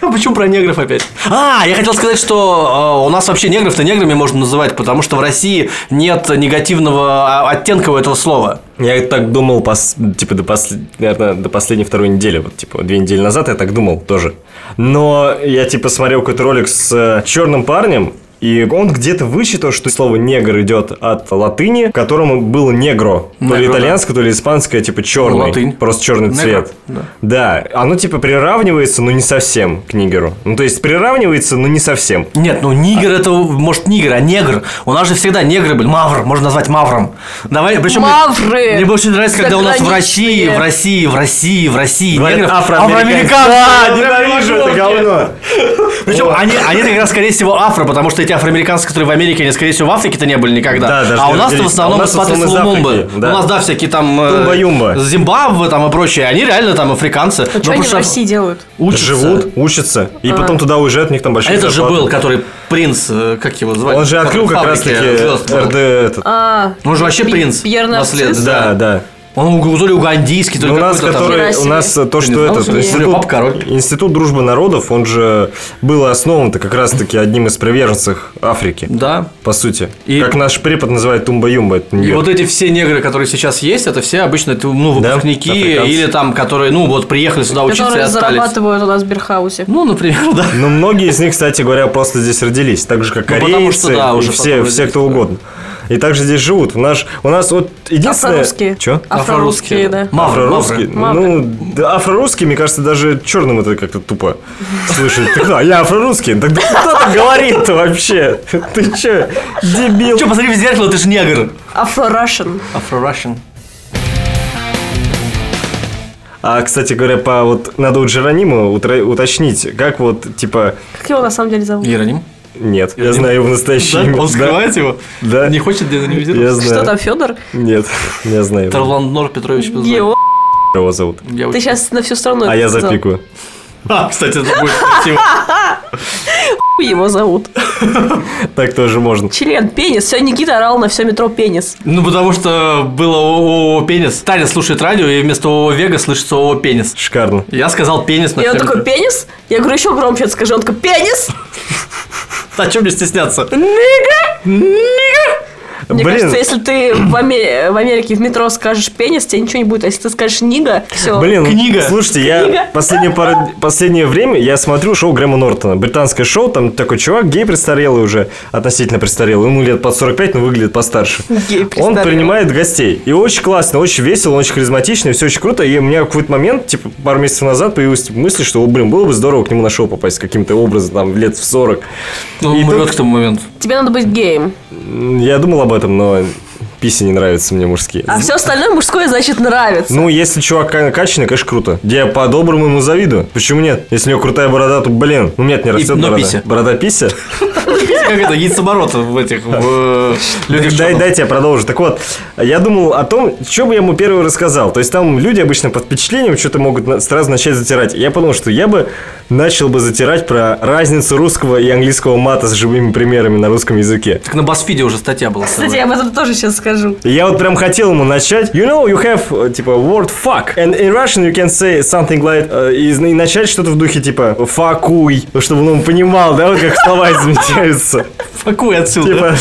Speaker 4: А почему про негров опять? А, я хотел сказать, что э, у нас вообще негров-то неграми можно называть, потому что в России нет негативного а, оттенка у этого слова.
Speaker 1: Я так думал, пос- типа, до, пос- наверное, до последней второй недели. Вот, типа, две недели назад я так думал тоже. Но я, типа, смотрел какой-то ролик с э, черным парнем, и он где-то вычитал, что слово «негр» идет от латыни, к которому было «негро». То ли
Speaker 4: Негро, да.
Speaker 1: итальянское, то ли испанское, типа черный.
Speaker 4: латынь.
Speaker 1: Просто черный
Speaker 4: Негро,
Speaker 1: цвет.
Speaker 4: да.
Speaker 1: Да. Оно, типа, приравнивается, но не совсем к нигеру. Ну, то есть, приравнивается, но не совсем.
Speaker 4: Нет, ну нигер это, может, нигер, а негр. У нас же всегда негры были. Мавр, можно назвать мавром. Давай, причем... мне-
Speaker 3: Мавры!
Speaker 4: Мне больше нравится, когда у нас в России,
Speaker 3: Заграничные.
Speaker 4: в России, в России, в России
Speaker 1: Говорят,
Speaker 4: негров...
Speaker 1: афроамериканцы.
Speaker 4: Да,
Speaker 1: Да, ненавижу это говно.
Speaker 4: Причем они, они как раз, скорее всего, афро, потому что эти афроамериканцы, которые в Америке, они, скорее всего, в Африке-то не были никогда.
Speaker 1: Да, даже
Speaker 4: а
Speaker 1: не
Speaker 4: у нас-то в
Speaker 1: родились.
Speaker 4: основном
Speaker 1: А у нас в
Speaker 4: Патрис
Speaker 1: основном из
Speaker 4: Лумумба.
Speaker 1: Африки, да.
Speaker 4: У нас, да, всякие там... э,
Speaker 1: Тумба-юмба.
Speaker 4: Зимбабве там и прочее. Они реально там африканцы. Ну,
Speaker 3: А что они в России делают?
Speaker 4: Учатся.
Speaker 1: Живут, учатся, и потом туда уезжают, у них там большие
Speaker 4: Это А же
Speaker 1: зарплаты.
Speaker 4: был, который принц, э, как его звали?
Speaker 1: Он же открыл как раз таки
Speaker 4: ну.
Speaker 1: РД этот.
Speaker 3: А,
Speaker 4: Он же вообще принц.
Speaker 3: Пьер Нарцисс.
Speaker 4: Наследный,
Speaker 1: Да, да.
Speaker 4: Он у- то ли угандийский, то ли
Speaker 1: Ну, у нас,
Speaker 4: какой-то там.
Speaker 1: который, у нас э, то,
Speaker 4: Я не
Speaker 1: что
Speaker 4: знал,
Speaker 1: этот
Speaker 4: что есть. Бля,
Speaker 1: институт,
Speaker 4: папа король.
Speaker 1: институт дружбы народов, он же был основан-то как раз-таки одним из приверженцев Африки,
Speaker 4: Да.
Speaker 1: по сути.
Speaker 4: И-
Speaker 1: Как наш препод называет тумба-юмба. это
Speaker 4: И
Speaker 1: неё.
Speaker 4: вот эти все негры, которые сейчас есть, это все обычно это, ну,
Speaker 1: Да,
Speaker 4: выпускники
Speaker 1: африканцы.
Speaker 4: или там, которые, ну, вот приехали сюда учиться и
Speaker 3: которые
Speaker 4: остались.
Speaker 3: зарабатывают у нас в Бирхаусе.
Speaker 4: Ну, например, да.
Speaker 1: Но многие из них, кстати говоря, просто здесь родились, так же как
Speaker 4: Ну,
Speaker 1: корейцы
Speaker 4: потому что, да,
Speaker 1: и
Speaker 4: уже
Speaker 1: все,
Speaker 4: потом
Speaker 1: все кто
Speaker 4: родились, да.
Speaker 1: угодно. И также здесь живут. У нас, у нас вот единственное...
Speaker 3: Афрорусские.
Speaker 1: Чё?
Speaker 3: Афрорусские, да.
Speaker 4: А, Мавры,
Speaker 1: Афрорусский?
Speaker 4: мавры.
Speaker 1: Ну, да, афрорусский, мне кажется, даже черным это как-то тупо слышать. Ты кто? Я афрорусский. Так кто так говорит-то вообще? Ты че, дебил?
Speaker 4: Че, посмотри в зеркало, ты же негр.
Speaker 3: Афро-рашен.
Speaker 4: Афро-Russian.
Speaker 1: А, кстати говоря, по вот надо у Джеронима утра- уточнить, как вот, типа,
Speaker 3: Как его на самом деле зовут?
Speaker 4: Иероним.
Speaker 1: нет, я знаю его настоящее имя.
Speaker 4: Он
Speaker 1: Да,
Speaker 4: скрывает его?
Speaker 1: Да.
Speaker 4: Не хочет
Speaker 1: Я
Speaker 4: денонизировать?
Speaker 3: Что
Speaker 1: знаю.
Speaker 3: там, Федор?
Speaker 1: Нет, я знаю. его.
Speaker 4: Тарлан Нор Петрович Пизда.
Speaker 3: Его.
Speaker 1: Его зовут.
Speaker 4: Я
Speaker 3: Ты
Speaker 4: очень-
Speaker 3: сейчас на всю страну
Speaker 1: А
Speaker 3: это
Speaker 1: я
Speaker 3: сказал.
Speaker 1: запикаю.
Speaker 4: А, кстати, это будет красиво.
Speaker 3: Хуй его зовут.
Speaker 1: Так тоже можно.
Speaker 3: Член, пенис. Сегодня Никита орал на все метро пенис.
Speaker 4: Ну, потому что было ООО «Пенис». Таня слушает радио, и вместо ООО «Вега» слышится ООО «Пенис».
Speaker 1: Шикарно.
Speaker 4: Я сказал «Пенис» на
Speaker 3: И он
Speaker 4: всем
Speaker 3: такой,
Speaker 4: этом.
Speaker 3: пенис? Я говорю, еще громче это скажи. Он такой, пенис?
Speaker 4: А чем мне стесняться?
Speaker 1: Ну,
Speaker 3: Мне
Speaker 1: Блин.
Speaker 3: кажется, если ты в, Аме- в Америке в метро скажешь пенис, тебе ничего не будет. А если ты скажешь нига, все.
Speaker 1: Блин,
Speaker 4: Книга.
Speaker 1: слушайте,
Speaker 3: Книга.
Speaker 1: я последнее, пару- последнее время я смотрю шоу Грэма Нортона. Британское шоу, там такой чувак, гей престарелый уже, относительно престарелый. Ему лет под 45, но выглядит постарше.
Speaker 3: Гей
Speaker 1: Он
Speaker 3: престарелый.
Speaker 1: принимает гостей. И очень классно, очень весело, очень харизматично, все очень круто. И у меня в какой-то момент, типа, пару месяцев назад появилась типа, мысль, что, «О, блин, было бы здорово к нему на шоу попасть каким-то образом, там, лет в 40.
Speaker 4: Ну,
Speaker 1: И
Speaker 4: умрет
Speaker 1: тут-
Speaker 4: к тому моменту.
Speaker 3: Тебе надо быть геем.
Speaker 1: М, Я думал об этом, но песни не нравятся мне мужские.
Speaker 3: А все остальное мужское, значит, нравится.
Speaker 1: Ну, если чувак ка- качанный, конечно, круто. Я по-доброму ему завидую. Почему нет? Если у него крутая борода, то, блин, ну, у меня это не растет
Speaker 4: но
Speaker 1: борода.
Speaker 4: пися.
Speaker 1: Борода пися?
Speaker 4: Как это, яйцеборот в этих в, э, людях в
Speaker 1: Дай,
Speaker 4: черном.
Speaker 1: дайте я продолжу. Так вот, я думал о том, что бы я ему первый рассказал. То есть там люди обычно под впечатлением что-то могут на- сразу начать затирать. Я подумал, что я бы начал бы затирать про разницу русского и английского мата с живыми примерами на русском языке.
Speaker 4: Так на Басфиде уже статья была.
Speaker 3: Кстати, я об этом тоже сейчас скажу.
Speaker 1: И Я вот прям хотел ему начать. You know, you have, э, типа, word fuck. And in Russian you can say something like... э, И, зна- и начать что-то в духе, типа, факуй. ну, Чтобы он понимал, да, вот как слова изменяются.
Speaker 4: Факуй отсюда.
Speaker 1: Типа...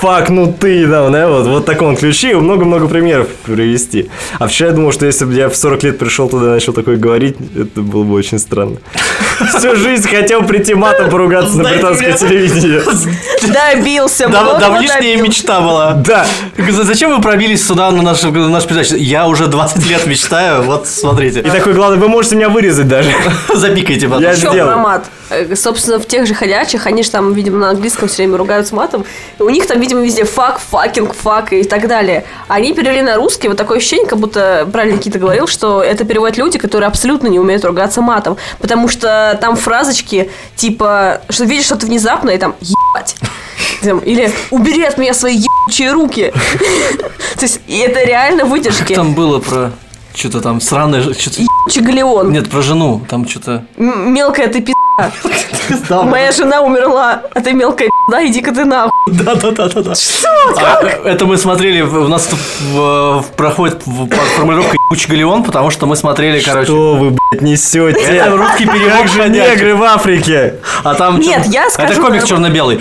Speaker 1: Фак, ну ты, да, да, вот, вот в таком ключе и много-много примеров привести. А вчера я думал, что если бы я в 40 лет пришел туда и начал такое говорить, это было бы очень странно. Всю жизнь хотел прийти матом поругаться на
Speaker 4: Знаете,
Speaker 1: британское
Speaker 4: меня-
Speaker 1: телевидение.
Speaker 3: Добился,
Speaker 4: Дав-
Speaker 3: много
Speaker 4: давнишняя
Speaker 3: добился.
Speaker 4: мечта была.
Speaker 1: Да,
Speaker 4: З- Зачем вы пробились сюда на наш, на наш передачу? Я уже 20 лет мечтаю, вот смотрите.
Speaker 1: и такой, главное, вы можете меня вырезать даже.
Speaker 4: Запикайте потом.
Speaker 1: Я-
Speaker 3: Еще
Speaker 1: сделал.
Speaker 3: про мат. Э, Собственно, в тех же ходячих, они же там, видимо, на английском все время ругаются матом. У них там, видимо, везде фак, факинг, фак и так далее. Они перевели на русский, вот такое ощущение, как будто правильно Никита говорил, что это переводят люди, которые абсолютно не умеют ругаться матом. Потому что там фразочки, типа, что видишь что-то внезапно, и там ебать. Там, Или убери от меня свои ебучие руки. То есть, и это реально
Speaker 4: Как
Speaker 3: выдержки.
Speaker 4: там было про что-то там сраное, ж- что-то...
Speaker 3: Ебучий галеон.
Speaker 4: Нет, про жену, там что-то...
Speaker 3: М- Мелкая ты пи***. Моя жена умерла, а ты мелкая пи***, иди-ка ты нахуй.
Speaker 4: Да, да, да, да, да. А, Это мы смотрели, в- у нас тут в- в- проходит в- под формулировкой «Куч Галеон», потому что мы смотрели, короче...
Speaker 1: Что вы, блядь,
Speaker 4: Это
Speaker 1: несете?
Speaker 4: русский перевод
Speaker 1: Как же
Speaker 4: «Ходячих».
Speaker 1: негры в Африке?
Speaker 4: А там
Speaker 3: Нет,
Speaker 4: чёр-
Speaker 3: я
Speaker 4: Это
Speaker 3: скажу, наоборот.
Speaker 4: комикс черно-белый.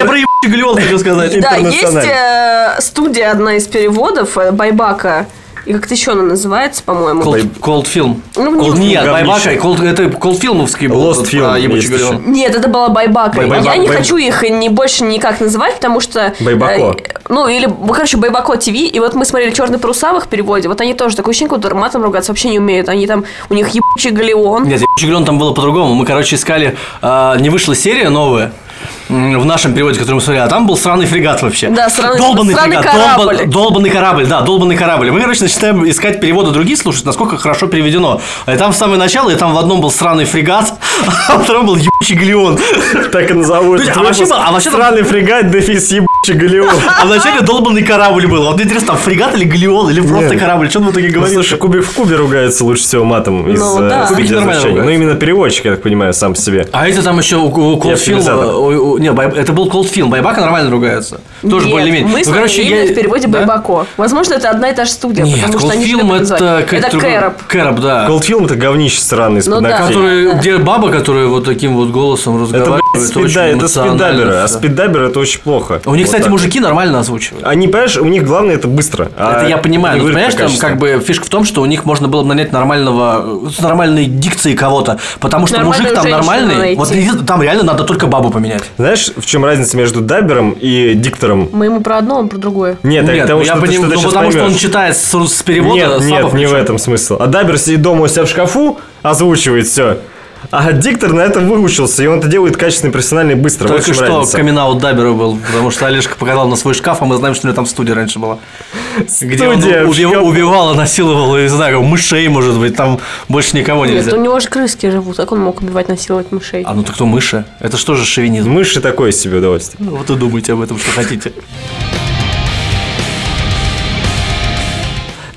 Speaker 4: Я про ебучий галеон хочу сказать.
Speaker 3: Да, есть
Speaker 1: Интернациональ.
Speaker 3: э, студия одна из переводов, э, Байбака, и как-то еще она называется, по-моему.
Speaker 4: Колдфилм.
Speaker 3: Ну, мне-
Speaker 4: Нет,
Speaker 1: Говнище.
Speaker 4: Байбака, и Cold- это колдфилмовский был.
Speaker 1: Lost
Speaker 4: вот,
Speaker 1: Film
Speaker 4: про ебучий
Speaker 1: есть
Speaker 4: галеон.
Speaker 1: ещё.
Speaker 3: Нет, это была Байбака.
Speaker 1: Бай- Байбак-
Speaker 3: я не
Speaker 1: Бай-
Speaker 3: хочу их не, больше никак называть, потому что...
Speaker 1: Байбако.
Speaker 3: э, ну, или, ну, короче, Байбако ТВ. И вот мы смотрели «Черный паруса» в их переводе. Вот они тоже такое ощущение, как будто матом ругаться вообще не умеют. Они там, у них ебучий галеон.
Speaker 4: Нет, «Ебучий галеон» там было по-другому. Мы, короче, искали... а, не вышла серия новая м, в нашем переводе, который мы смотрели, а там был сраный фрегат вообще.
Speaker 3: Да, сраный-
Speaker 4: долбанный
Speaker 3: сраный
Speaker 4: фрегат, долба-
Speaker 3: корабль.
Speaker 4: долбанный корабль, да, долбанный корабль. Мы, короче, начинаем искать переводы другие, слушать, насколько хорошо переведено. А там в самое начало, и там в одном был сраный фрегат, а в втором был ебучий галеон.
Speaker 1: Так и назовут.
Speaker 4: Слушай, а
Speaker 1: этот выпуск.
Speaker 4: вообще- а вообще там-
Speaker 1: Сраный фрегат, дефис ебучий галеон.
Speaker 4: А вначале долбанный корабль был. А Вот мне интересно, там фрегат или галеон, или просто
Speaker 1: Нет.
Speaker 4: корабль? Что он в итоге
Speaker 1: Ну,
Speaker 4: говорит?
Speaker 1: слушай, Кубик в Кубе ругается лучше всего матом из
Speaker 3: Ну, да.
Speaker 1: э,
Speaker 3: Кубики
Speaker 1: студии
Speaker 4: нормально
Speaker 1: озвучения. Ну,
Speaker 4: ругаются.
Speaker 1: именно переводчик, я так понимаю, сам по себе.
Speaker 4: А это там еще у, у Колдфилма-
Speaker 1: цивилизатор.
Speaker 4: у- у- Не, Бай- это был Колдфилм. Байбака нормально ругаются. Тоже
Speaker 3: Нет,
Speaker 4: более-менее.
Speaker 3: Мы
Speaker 4: Ну,
Speaker 3: смотрели именно в переводе
Speaker 4: Да?
Speaker 3: Байбако. Возможно, это одна и та же студия,
Speaker 4: Нет,
Speaker 3: потому что они же
Speaker 4: Колдфилм
Speaker 3: так
Speaker 4: это...
Speaker 3: называют. Это
Speaker 4: другой-
Speaker 3: Кэроп.
Speaker 4: Кэроп, да.
Speaker 1: Голдфилм это говнище сраный из-под
Speaker 3: Ну да.
Speaker 1: ногтей.
Speaker 4: Который- где баба, которая вот таким вот голосом
Speaker 1: Это,
Speaker 4: разговаривает.
Speaker 1: блядь,
Speaker 4: очень
Speaker 1: спидда- это
Speaker 4: эмоционально
Speaker 1: спиддаберы, а
Speaker 4: всё.
Speaker 1: спиддаберы это очень плохо.
Speaker 4: У
Speaker 1: Вот
Speaker 4: них, кстати,
Speaker 1: так.
Speaker 4: мужики нормально озвучивают.
Speaker 1: Они, понимаешь, у них главное это быстро. а
Speaker 4: Это я понимаю,
Speaker 1: не
Speaker 4: но
Speaker 1: говорит
Speaker 4: понимаешь,
Speaker 1: про
Speaker 4: там
Speaker 1: качество.
Speaker 4: как бы фишка в том, что у них можно было бы нанять нормального, э, с нормальной дикцией кого-то, потому что
Speaker 3: Нормальную
Speaker 4: мужик там
Speaker 3: женщину
Speaker 4: нормальный,
Speaker 3: найти.
Speaker 4: вот и там реально надо только бабу поменять.
Speaker 1: Знаешь, в чем разница между дабером и диктором?
Speaker 3: Мы ему про одно, он про другое.
Speaker 1: Нет, а к тому,
Speaker 4: ну, я
Speaker 1: что ты
Speaker 4: поним-
Speaker 1: что-то
Speaker 4: ну,
Speaker 1: щас
Speaker 4: потому что он
Speaker 1: поймёшь.
Speaker 4: читает с, с перевода
Speaker 1: Нет,
Speaker 4: с
Speaker 1: нет,
Speaker 4: сапов
Speaker 1: не в
Speaker 4: причём.
Speaker 1: этом смысл. А Дабер сидит дома у себя в шкафу, озвучивает все. А диктор на этом выучился, и он это делает качественно, персонально и быстро. Вот в чем
Speaker 4: Только что
Speaker 1: разница.
Speaker 4: камин Даберу был, потому что Олежка показал на свой шкаф, а мы знаем, что у него там студия раньше была. Где он
Speaker 1: Студия в
Speaker 4: уби-
Speaker 1: шкафу.
Speaker 4: убивал и насиловал, я не знаю, мышей, может быть, там больше никого
Speaker 3: Нет,
Speaker 4: нельзя.
Speaker 3: у него же крыски живут, как он мог убивать, насиловать мышей?
Speaker 4: А ну так кто мыши? Это что же шовинизм?
Speaker 1: Мыши такое себе удовольствие.
Speaker 4: Вот и думайте об этом, что хотите.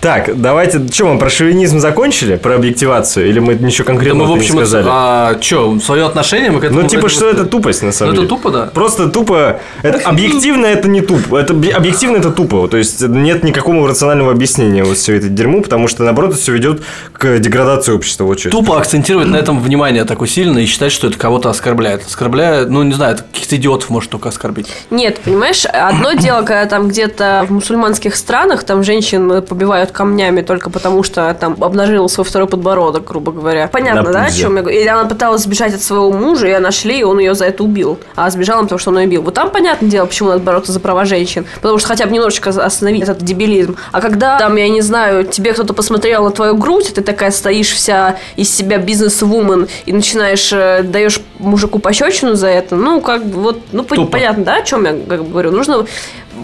Speaker 1: Так, давайте, что мы про шовинизм закончили, про объективацию, или мы ничего
Speaker 4: Да
Speaker 1: конкретного
Speaker 4: мы, в
Speaker 1: не
Speaker 4: общем,
Speaker 1: сказали?
Speaker 4: а, чё, свое отношение мы к этому...
Speaker 1: Ну, типа, что это
Speaker 4: высказали.
Speaker 1: тупость, на самом
Speaker 4: Ну, это
Speaker 1: деле.
Speaker 4: тупо, да. ну,
Speaker 1: Просто тупо... Это, объективно это не тупо. Это, бе- объективно это тупо. То есть нет никакого рационального объяснения вот все это дерьму, потому что, наоборот, все ведет к деградации общества. Вот что.
Speaker 4: Тупо акцентировать на этом внимание так усиленно и считать, что это кого-то оскорбляет. Оскорбляет, ну, не знаю, это каких-то идиотов может только оскорбить.
Speaker 3: Нет, понимаешь, одно дело, когда там где-то в мусульманских странах там женщин побивают камнями только потому, что там обнажила свой второй подбородок, грубо говоря. Понятно, да, о
Speaker 1: пузе.
Speaker 3: чем я говорю? Или она пыталась сбежать от своего мужа, ее нашли, и он ее за это убил. А сбежала, потому что он ее бил. Вот там понятное дело, почему надо бороться за права женщин. Потому что хотя бы немножечко остановить этот дебилизм. А когда там, я не знаю, тебе кто-то посмотрел на твою грудь, и ты такая стоишь вся из себя бизнес-вумен и начинаешь, э, даешь мужику пощечину за это, ну, как бы вот, ну, пон-
Speaker 4: Тупо.
Speaker 3: понятно понятно, да, о чем я как бы говорю? Нужно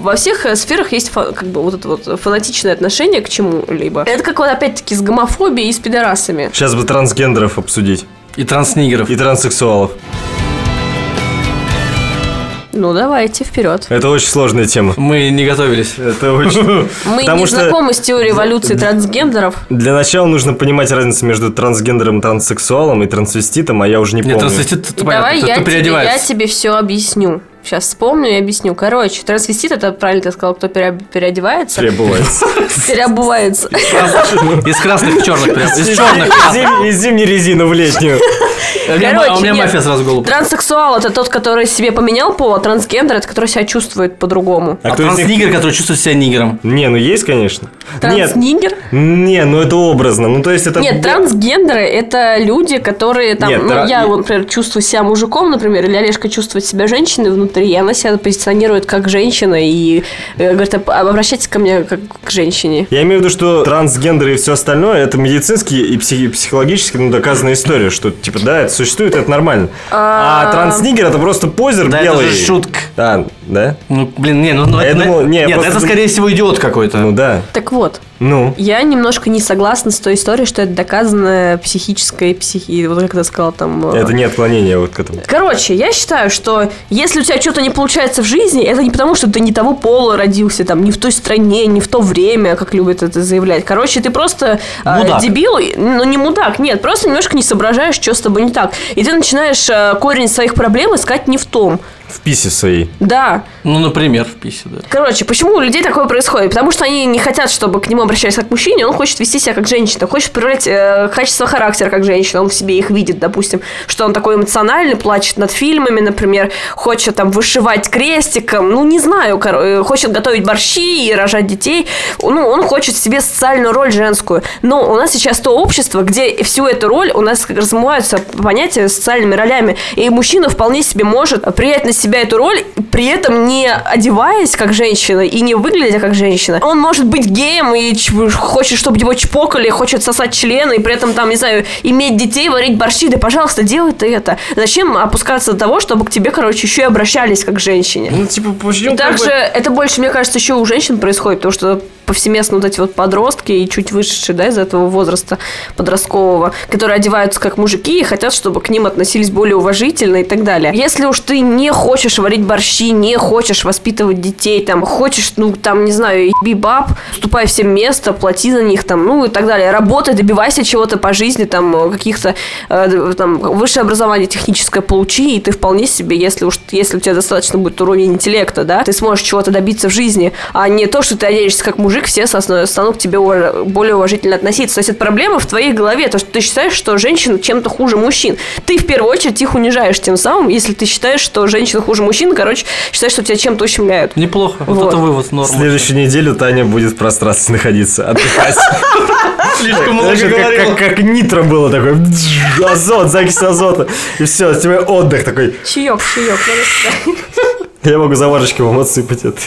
Speaker 3: во всех э, сферах есть фа- как бы вот это вот фанатичное отношение к чему-либо. Это как вот опять-таки с гомофобией и с пидорасами.
Speaker 1: Сейчас бы трансгендеров обсудить.
Speaker 4: И транснигеров.
Speaker 1: И транссексуалов.
Speaker 3: Ну давайте вперед.
Speaker 1: Это очень сложная тема.
Speaker 4: Мы не готовились.
Speaker 1: Это очень...
Speaker 3: Мы
Speaker 1: Потому
Speaker 3: не
Speaker 1: что-
Speaker 3: знакомы с теорией эволюции трансгендеров.
Speaker 1: Для начала нужно понимать разницу между трансгендером, транссексуалом и трансвеститом, а я уже не
Speaker 4: Нет,
Speaker 1: помню.
Speaker 4: трансвестит, это
Speaker 3: И
Speaker 4: понятно,
Speaker 3: давай
Speaker 4: это
Speaker 3: я,
Speaker 4: кто
Speaker 3: тебе, я
Speaker 4: переодевается.
Speaker 3: тебе все объясню. Сейчас вспомню и объясню. Короче, трансвестит это правильно ты сказал, кто пере- переодевается,
Speaker 1: Требуется.
Speaker 3: переобувается.
Speaker 4: Из красных в черных прям. Из черных.
Speaker 1: Зим- Из зимней резины в летнюю.
Speaker 4: У меня ма- у
Speaker 3: Короче,
Speaker 4: меня
Speaker 3: нет.
Speaker 4: мафия сразу в голову.
Speaker 3: Транссексуал это тот, который себе поменял пол, а трансгендер это который себя чувствует по-другому.
Speaker 1: А
Speaker 4: А
Speaker 1: кто из них-
Speaker 4: транснигер, который чувствует себя нигером.
Speaker 1: Не, ну есть, конечно. Нет,
Speaker 3: Транснигер?
Speaker 1: не, ну это образно. Ну то есть это...
Speaker 3: Нет, трансгендеры это люди, которые там,
Speaker 1: Нет,
Speaker 3: ну,
Speaker 1: тра-
Speaker 3: я, вот, например, чувствую себя мужиком, например, или Олежка чувствует себя женщиной внутри, и она себя позиционирует как женщина и э, говорит, «Об- обращайтесь ко мне как к женщине.
Speaker 1: Я имею в виду, что трансгендеры и все остальное это медицинские и психи- психологически ну, доказанная история, что типа да, это существует, это нормально. А, транснигер это просто позер
Speaker 4: Да это
Speaker 1: белый.
Speaker 4: же шутка.
Speaker 1: А, да?
Speaker 4: Ну, блин, не, ну, ну,
Speaker 1: Я
Speaker 4: это,
Speaker 1: думал, не,
Speaker 4: нет,
Speaker 1: просто
Speaker 4: это
Speaker 1: дум-
Speaker 4: скорее всего идиот какой-то.
Speaker 1: Ну да.
Speaker 3: Так вот,
Speaker 1: Ну.
Speaker 3: я немножко не согласна с той историей, что это доказанная психическая психи... Вот как ты сказал там... э,
Speaker 1: Это не отклонение вот к этому.
Speaker 3: Короче, я считаю, что если у тебя что-то не получается в жизни, это не потому, что ты не того пола родился, там, не в той стране, не в то время, как любят это заявлять. Короче, ты просто э,
Speaker 4: Мудак.
Speaker 3: дебил, и- ну не мудак, нет, просто немножко не соображаешь, что с тобой не так. И ты начинаешь э, корень своих проблем искать не в том.
Speaker 1: В писе своей.
Speaker 3: Да.
Speaker 4: Ну, например, в писе, да.
Speaker 3: Короче, почему у людей такое происходит? Потому что они не хотят, чтобы к нему обращались как к мужчине, он хочет вести себя как женщина, хочет проявлять э, качество характера как женщина, он в себе их видит, допустим, что он такой эмоциональный, плачет над фильмами, например, хочет там вышивать крестиком, ну не знаю, коро- э, хочет готовить борщи и рожать детей, ну он хочет себе социальную роль женскую, но у нас сейчас то общество, где всю эту роль у нас размываются понятия социальными ролями, и мужчина вполне себе может принять на себя эту роль, при этом не одеваясь как женщина и не выглядя как женщина. Он может быть геем и ч- хочет, чтобы его чпокали, хочет сосать члены, и при этом там, не знаю, иметь детей, варить борщи, да пожалуйста, делай ты это. Зачем опускаться до того, чтобы к тебе, короче, еще и обращались как к женщине?
Speaker 1: Ну, типа, почему?
Speaker 3: И также это больше, мне кажется, еще у женщин происходит, потому что повсеместно вот эти вот подростки и чуть вышедшие, да, из этого возраста подросткового, которые одеваются как мужики и хотят, чтобы к ним относились более уважительно и так далее. Если уж ты не хочешь варить борщи, не хочешь воспитывать детей, там, хочешь, ну, там, не знаю, еби баб, вступай всем место, плати за них, там, ну, и так далее. Работай, добивайся чего-то по жизни, там, э, каких-то, э, там, высшее образование техническое получи, и ты вполне себе, если уж, если у тебя достаточно будет уровень интеллекта, да, ты сможешь чего-то добиться в жизни, а не то, что ты оденешься как мужик, все сосну- станут к тебе уваж- более уважительно относиться. То есть это проблема в твоей голове, то, что ты считаешь, что женщины чем-то хуже мужчин. Ты в первую очередь их унижаешь тем самым, если ты считаешь, что женщина хуже мужчин, короче, считаешь, что тебя чем-то ущемляют.
Speaker 4: Неплохо. Вот,
Speaker 3: Вот.
Speaker 4: это вывод
Speaker 1: В
Speaker 4: норм.
Speaker 1: следующую неделю Таня будет в пространстве находиться, отдыхать.
Speaker 4: Слишком
Speaker 1: Знаешь, это как, как, как нитро было такое. Азот, закись азота. И все, тебе отдых такой.
Speaker 3: Чаек, чаек, надо сюда.
Speaker 1: Я могу за варежки вам отсыпать это.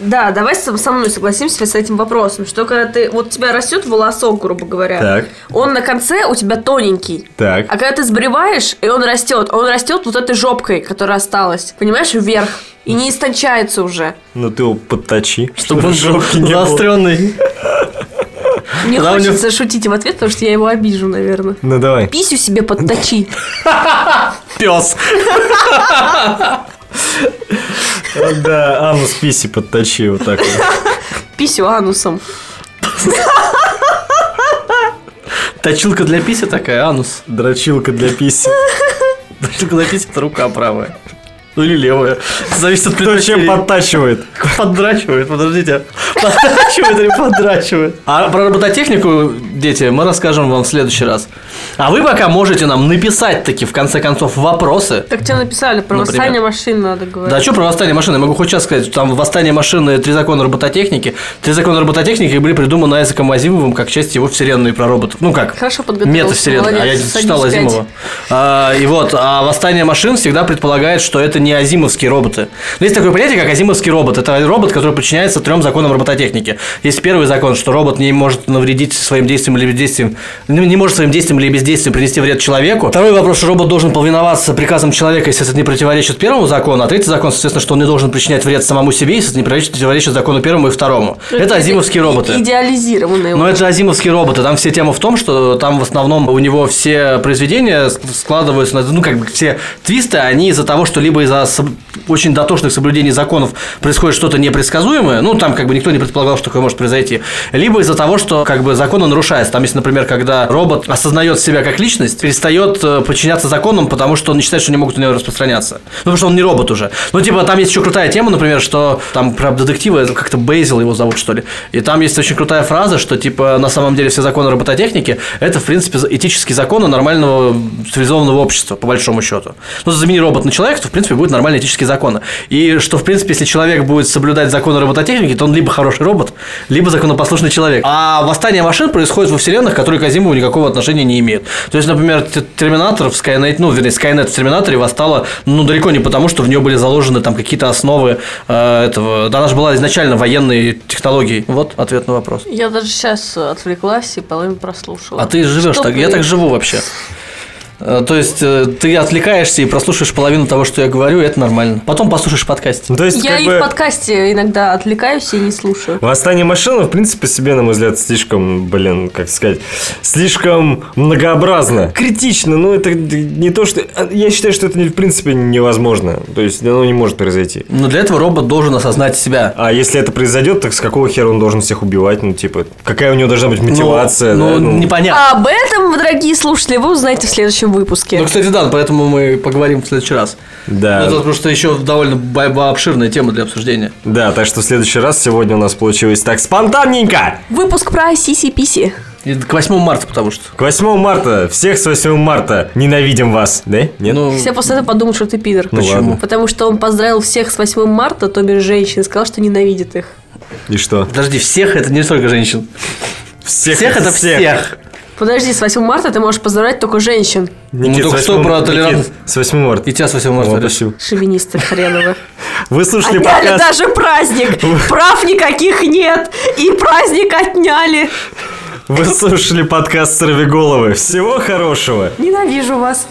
Speaker 3: Да, давай со со мной согласимся с этим вопросом, что когда ты, вот у тебя растет волосок, грубо говоря,
Speaker 1: Так.
Speaker 3: он на конце у тебя тоненький,
Speaker 1: Так.
Speaker 3: а когда ты сбриваешь, и он растет, он растет вот этой жопкой, которая осталась, понимаешь, вверх, и не истончается уже.
Speaker 1: Ну ты его подточи,
Speaker 4: Чтобы он
Speaker 1: жопки
Speaker 4: был
Speaker 1: не было.
Speaker 4: заостренный.
Speaker 3: Мне
Speaker 4: Да, у него-
Speaker 3: хочется шутить в ответ, потому что я его обижу, наверное.
Speaker 1: Ну давай.
Speaker 3: Писю себе подточи.
Speaker 4: Пес.
Speaker 1: Да, анус писи подточи вот так вот.
Speaker 3: Писю анусом.
Speaker 4: Точилка для писи такая, анус.
Speaker 1: Дрочилка для писи.
Speaker 4: Точилка для писи это рука правая. Ну или левая. Зависит от
Speaker 1: Кто чем
Speaker 4: предпочтения.
Speaker 1: подтачивает?
Speaker 4: Поддрачивает, подождите. Поддрачивает или поддрачивает? А про робототехнику, дети, мы расскажем вам в следующий раз. А вы пока можете нам написать таки, в конце концов, вопросы.
Speaker 3: Так тебе написали, про
Speaker 4: Например.
Speaker 3: восстание машин надо
Speaker 4: Да
Speaker 3: говорить.
Speaker 4: что про восстание машины? Я могу хоть сейчас сказать, там восстание машины три закона робототехники. Три закона робототехники были придуманы Айзеком Азимовым как часть его вселенной про роботов. Ну как?
Speaker 3: Хорошо подготовился,
Speaker 4: Метавселенная. А я
Speaker 3: молодец,
Speaker 4: читал
Speaker 3: садись
Speaker 4: Азимова. А, и вот, а восстание машин всегда предполагает, что это не азимовские роботы. Но есть такое понятие, как азимовский робот. Это робот, который подчиняется трем законам робототехники. Есть первый закон, что робот не может навредить своим действием или бездействием, ну, не может своим действием или бездействием принести вред человеку. Второй вопрос, что робот должен повиноваться приказам человека, если это не противоречит первому закону. А третий закон, соответственно, что он не должен причинять вред самому себе, если это не противоречит закону первому и второму. Это азимовские роботы.
Speaker 3: Идеализированные.
Speaker 4: Но это азимовские роботы. Там все тема в том, что там в основном у него все произведения с- складываются, на- ну, как бы все твисты, они из-за того, что либо из-за соб- очень дотошных соблюдений законов происходит что-то непредсказуемое, ну, там как бы никто не предполагал, что такое может произойти, либо из-за того, что как бы законы нарушаются. Там есть, например, когда робот осознает себя как личность, перестает э, подчиняться законам, потому что он считает, что не могут на него распространяться. Ну, потому что он не робот уже. Ну, типа, там есть еще крутая тема, например, что там про детектива, это как-то Бейзил его зовут, что ли. И там есть очень крутая фраза, что, типа, на самом деле все законы робототехники – это, в принципе, за- этические законы нормального цивилизованного общества, по большому счету. Ну, замени робот на человека, то, в принципе, будут нормальные этические законы. И что, в принципе, если человек будет соблюдать законы робототехники, то он либо хороший робот, либо законопослушный человек. А восстание машин происходит во вселенных, которые к Азимову никакого отношения не имеют. То есть, например, Т- Терминатор в Skynet, ну, вернее, Skynet в Терминаторе восстала, ну, далеко не потому, что в нее были заложены там какие-то основы э, этого. Да, она же была изначально военной технологией. Вот ответ на вопрос.
Speaker 3: Я даже сейчас отвлеклась и половину прослушала.
Speaker 4: А ты живешь
Speaker 3: Что
Speaker 4: так? Я
Speaker 3: ты?
Speaker 4: так живу вообще. Э, То есть э, ты отвлекаешься и прослушаешь половину того, что я говорю, и это нормально. Потом послушаешь подкаст.
Speaker 1: Ну, то есть,
Speaker 3: Я
Speaker 1: как
Speaker 3: и
Speaker 1: бы,
Speaker 3: в подкасте иногда отвлекаюсь и не слушаю.
Speaker 1: Восстание машин, в принципе, себе, на мой взгляд, слишком, блин, как сказать, слишком многообразно. Критично, но это не то, что... а, Я считаю, что это, в принципе, невозможно. То есть, оно не может произойти.
Speaker 4: Но для этого робот должен осознать себя.
Speaker 1: А если это произойдет, так с какого хера он должен всех убивать? Ну, типа, какая у него должна быть мотивация?
Speaker 4: Ну,
Speaker 1: да?
Speaker 4: ну,
Speaker 1: Ну,
Speaker 4: непонятно.
Speaker 3: А об этом, дорогие слушатели, вы узнаете в следующем выпуске.
Speaker 4: Ну, кстати, да, поэтому мы поговорим в следующий раз.
Speaker 1: Да.
Speaker 4: Ну, это потому что еще довольно бо- бо- обширная тема для обсуждения.
Speaker 1: Да, так что в следующий раз сегодня у нас получилось так спонтанненько.
Speaker 3: Выпуск про сиси-писи.
Speaker 4: И к 8 марта, потому что.
Speaker 1: К 8 марта. Всех с 8 марта. Ненавидим вас. Да? Нет?
Speaker 4: Ну,
Speaker 3: Все после этого подумают, что ты пидор.
Speaker 1: Ну, Почему? ладно.
Speaker 3: Потому что он поздравил всех с 8 марта, то бишь женщин, и сказал, что ненавидит их.
Speaker 1: И что?
Speaker 4: подожди, всех это не только женщин.
Speaker 1: Всех,
Speaker 4: Всех это всех.
Speaker 3: Подожди, с 8 марта ты можешь поздравлять только женщин.
Speaker 1: Никит,
Speaker 4: Ну, только
Speaker 1: с
Speaker 4: что
Speaker 1: 8
Speaker 4: про
Speaker 1: Никит,
Speaker 4: толерантность.
Speaker 1: С 8 марта.
Speaker 4: И тебя с 8 марта.
Speaker 1: О,
Speaker 4: Лёш.
Speaker 1: спасибо.
Speaker 3: Шовинисты хреновы.
Speaker 1: Вы слушали
Speaker 3: Отняли
Speaker 1: подкаст.
Speaker 3: даже праздник. Прав никаких нет. И праздник отняли.
Speaker 1: Вы слушали подкаст Сорвиголовы. Всего хорошего.
Speaker 3: Ненавижу вас.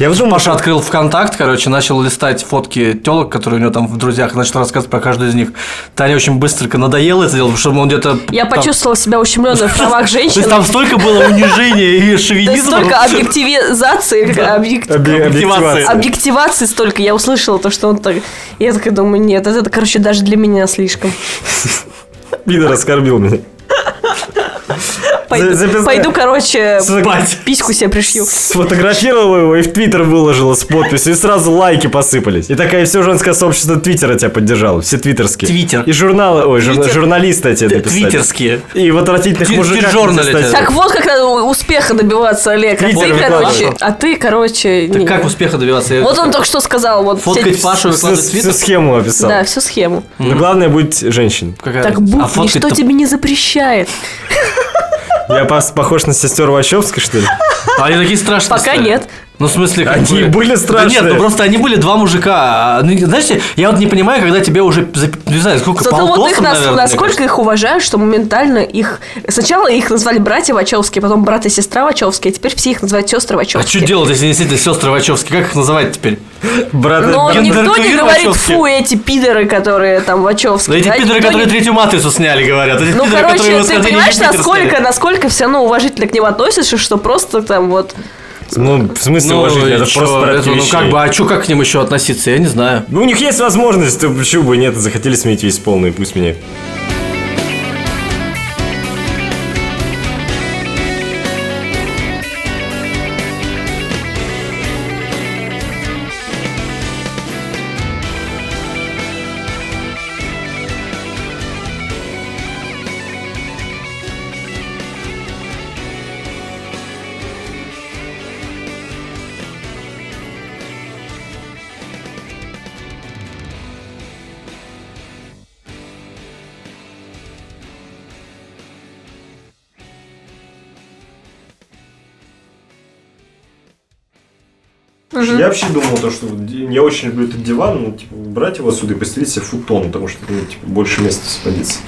Speaker 4: Я вот Маша открыл ВКонтакт, короче, начал листать фотки телок, которые у него там в друзьях, и начал рассказывать про каждую из них. Таня очень быстренько надоело это дело, потому что он где-то...
Speaker 3: Я
Speaker 4: там-
Speaker 3: почувствовала себя ущемленной в правах
Speaker 4: То есть
Speaker 3: женщин.
Speaker 4: там столько было унижения и
Speaker 3: То есть
Speaker 4: шовинизма.
Speaker 3: столько объективизации, объек-
Speaker 1: Объ-
Speaker 4: Объективация.
Speaker 3: объективации столько. Я услышала то, что он так... Я такая думаю, нет, это, короче, даже для меня слишком.
Speaker 1: Пидор оскорбил меня.
Speaker 3: пойду,
Speaker 1: записать.
Speaker 3: пойду, короче,
Speaker 1: Спать.
Speaker 3: письку себе пришью.
Speaker 1: Сфотографировала его и в Твиттер выложила с подписью, и сразу лайки посыпались. И такая все женское сообщество Твиттера тебя поддержало, все твиттерские.
Speaker 4: Твиттер.
Speaker 1: И журналы, ой, журна-
Speaker 4: Твиттер.
Speaker 1: журналисты тебе написали.
Speaker 4: Твиттерские.
Speaker 1: И в отвратительных
Speaker 4: Твит-
Speaker 1: мужиках.
Speaker 4: твит-журнале
Speaker 1: кстати.
Speaker 4: тебя.
Speaker 3: Так вот, как надо успеха добиваться, Олег. А
Speaker 1: Твиттер
Speaker 3: ты,
Speaker 1: выкладывай.
Speaker 3: короче, а ты, короче,
Speaker 4: Так
Speaker 3: не.
Speaker 4: как успеха добиваться? Я-
Speaker 3: Вот он только что сказал. Вот
Speaker 4: Фоткать
Speaker 3: все-
Speaker 4: Пашу
Speaker 1: Всю,
Speaker 4: и выкладывать в
Speaker 1: всю
Speaker 4: Твиттер?
Speaker 1: схему описал.
Speaker 3: Да, всю схему.
Speaker 1: Но главное быть женщиной.
Speaker 4: Какая
Speaker 3: Так,
Speaker 4: разница? А
Speaker 3: Буф, ничто
Speaker 4: фоткать-то-
Speaker 3: тебе не запрещает.
Speaker 1: Я пос- похож на сестер Вачовской, что ли?
Speaker 4: А Они такие страшные
Speaker 3: Пока
Speaker 4: стали.
Speaker 3: нет.
Speaker 4: Ну, в смысле, как
Speaker 1: Они
Speaker 4: бы-
Speaker 1: были
Speaker 4: Да
Speaker 1: страшные.
Speaker 4: нет, ну просто они были два мужика. А, ну, знаете, я вот не понимаю, когда тебе уже, за- не знаю, сколько,
Speaker 3: Зато вот
Speaker 4: полтосом,
Speaker 3: их нас-
Speaker 4: наверное, мне
Speaker 3: насколько
Speaker 4: кажется.
Speaker 3: их уважают, что моментально их... Сначала их назвали братья Вачовские, потом брат и сестра Вачовские, а теперь все их называют сестры
Speaker 4: А
Speaker 3: Вачовские.
Speaker 4: что делать, если действительно сестры Вачовские? Как их называть теперь?
Speaker 1: Брат,
Speaker 3: Но
Speaker 1: Ген-
Speaker 3: никто не
Speaker 4: гендерквир
Speaker 3: говорит,
Speaker 4: Вачовские.
Speaker 3: фу, эти пидоры, которые там Вачовские.
Speaker 4: Да Ну, эти
Speaker 3: Да,
Speaker 4: пидоры,
Speaker 3: никто
Speaker 4: которые
Speaker 3: не-
Speaker 4: третью матрицу сняли, говорят. Эти
Speaker 3: Ну,
Speaker 4: пидоры, которые
Speaker 3: короче, ты
Speaker 4: восхождение
Speaker 3: понимаешь,
Speaker 4: Юпитера
Speaker 3: насколько,
Speaker 4: сняли.
Speaker 3: насколько все, ну, уважительно к ним относишься, что просто там вот...
Speaker 1: Ну, в смысле
Speaker 4: Ну,
Speaker 1: уважительно,
Speaker 4: и
Speaker 1: это
Speaker 4: чё,
Speaker 1: просто порядки
Speaker 4: это, ну,
Speaker 1: вещей.
Speaker 4: как бы, а что, как к ним еще относиться, я не знаю.
Speaker 1: Ну, у них есть возможность, то почему бы нет, захотели сменить весь полный, пусть меня.
Speaker 2: Я вообще думал, то, что вот ди- я очень люблю этот диван, ну, типа, брать его отсюда и постелить себе футон, потому что ну, типа, больше места освободится.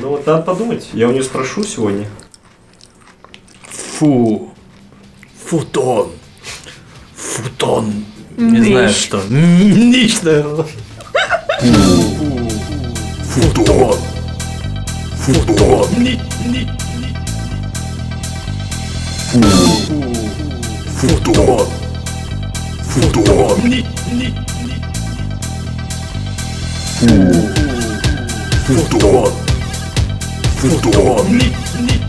Speaker 2: Ну вот надо подумать. Я у нее спрошу сегодня.
Speaker 4: Фу. Футон. Футон. Не знаю что. Ничто. Футон. Футон. Ни- ни- ни- Футон. Футон. Ни- ни- ни- Футон. Футон. Ни- ни-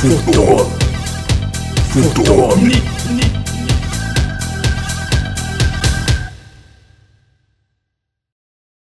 Speaker 4: Футон. Футон. Ни- ни-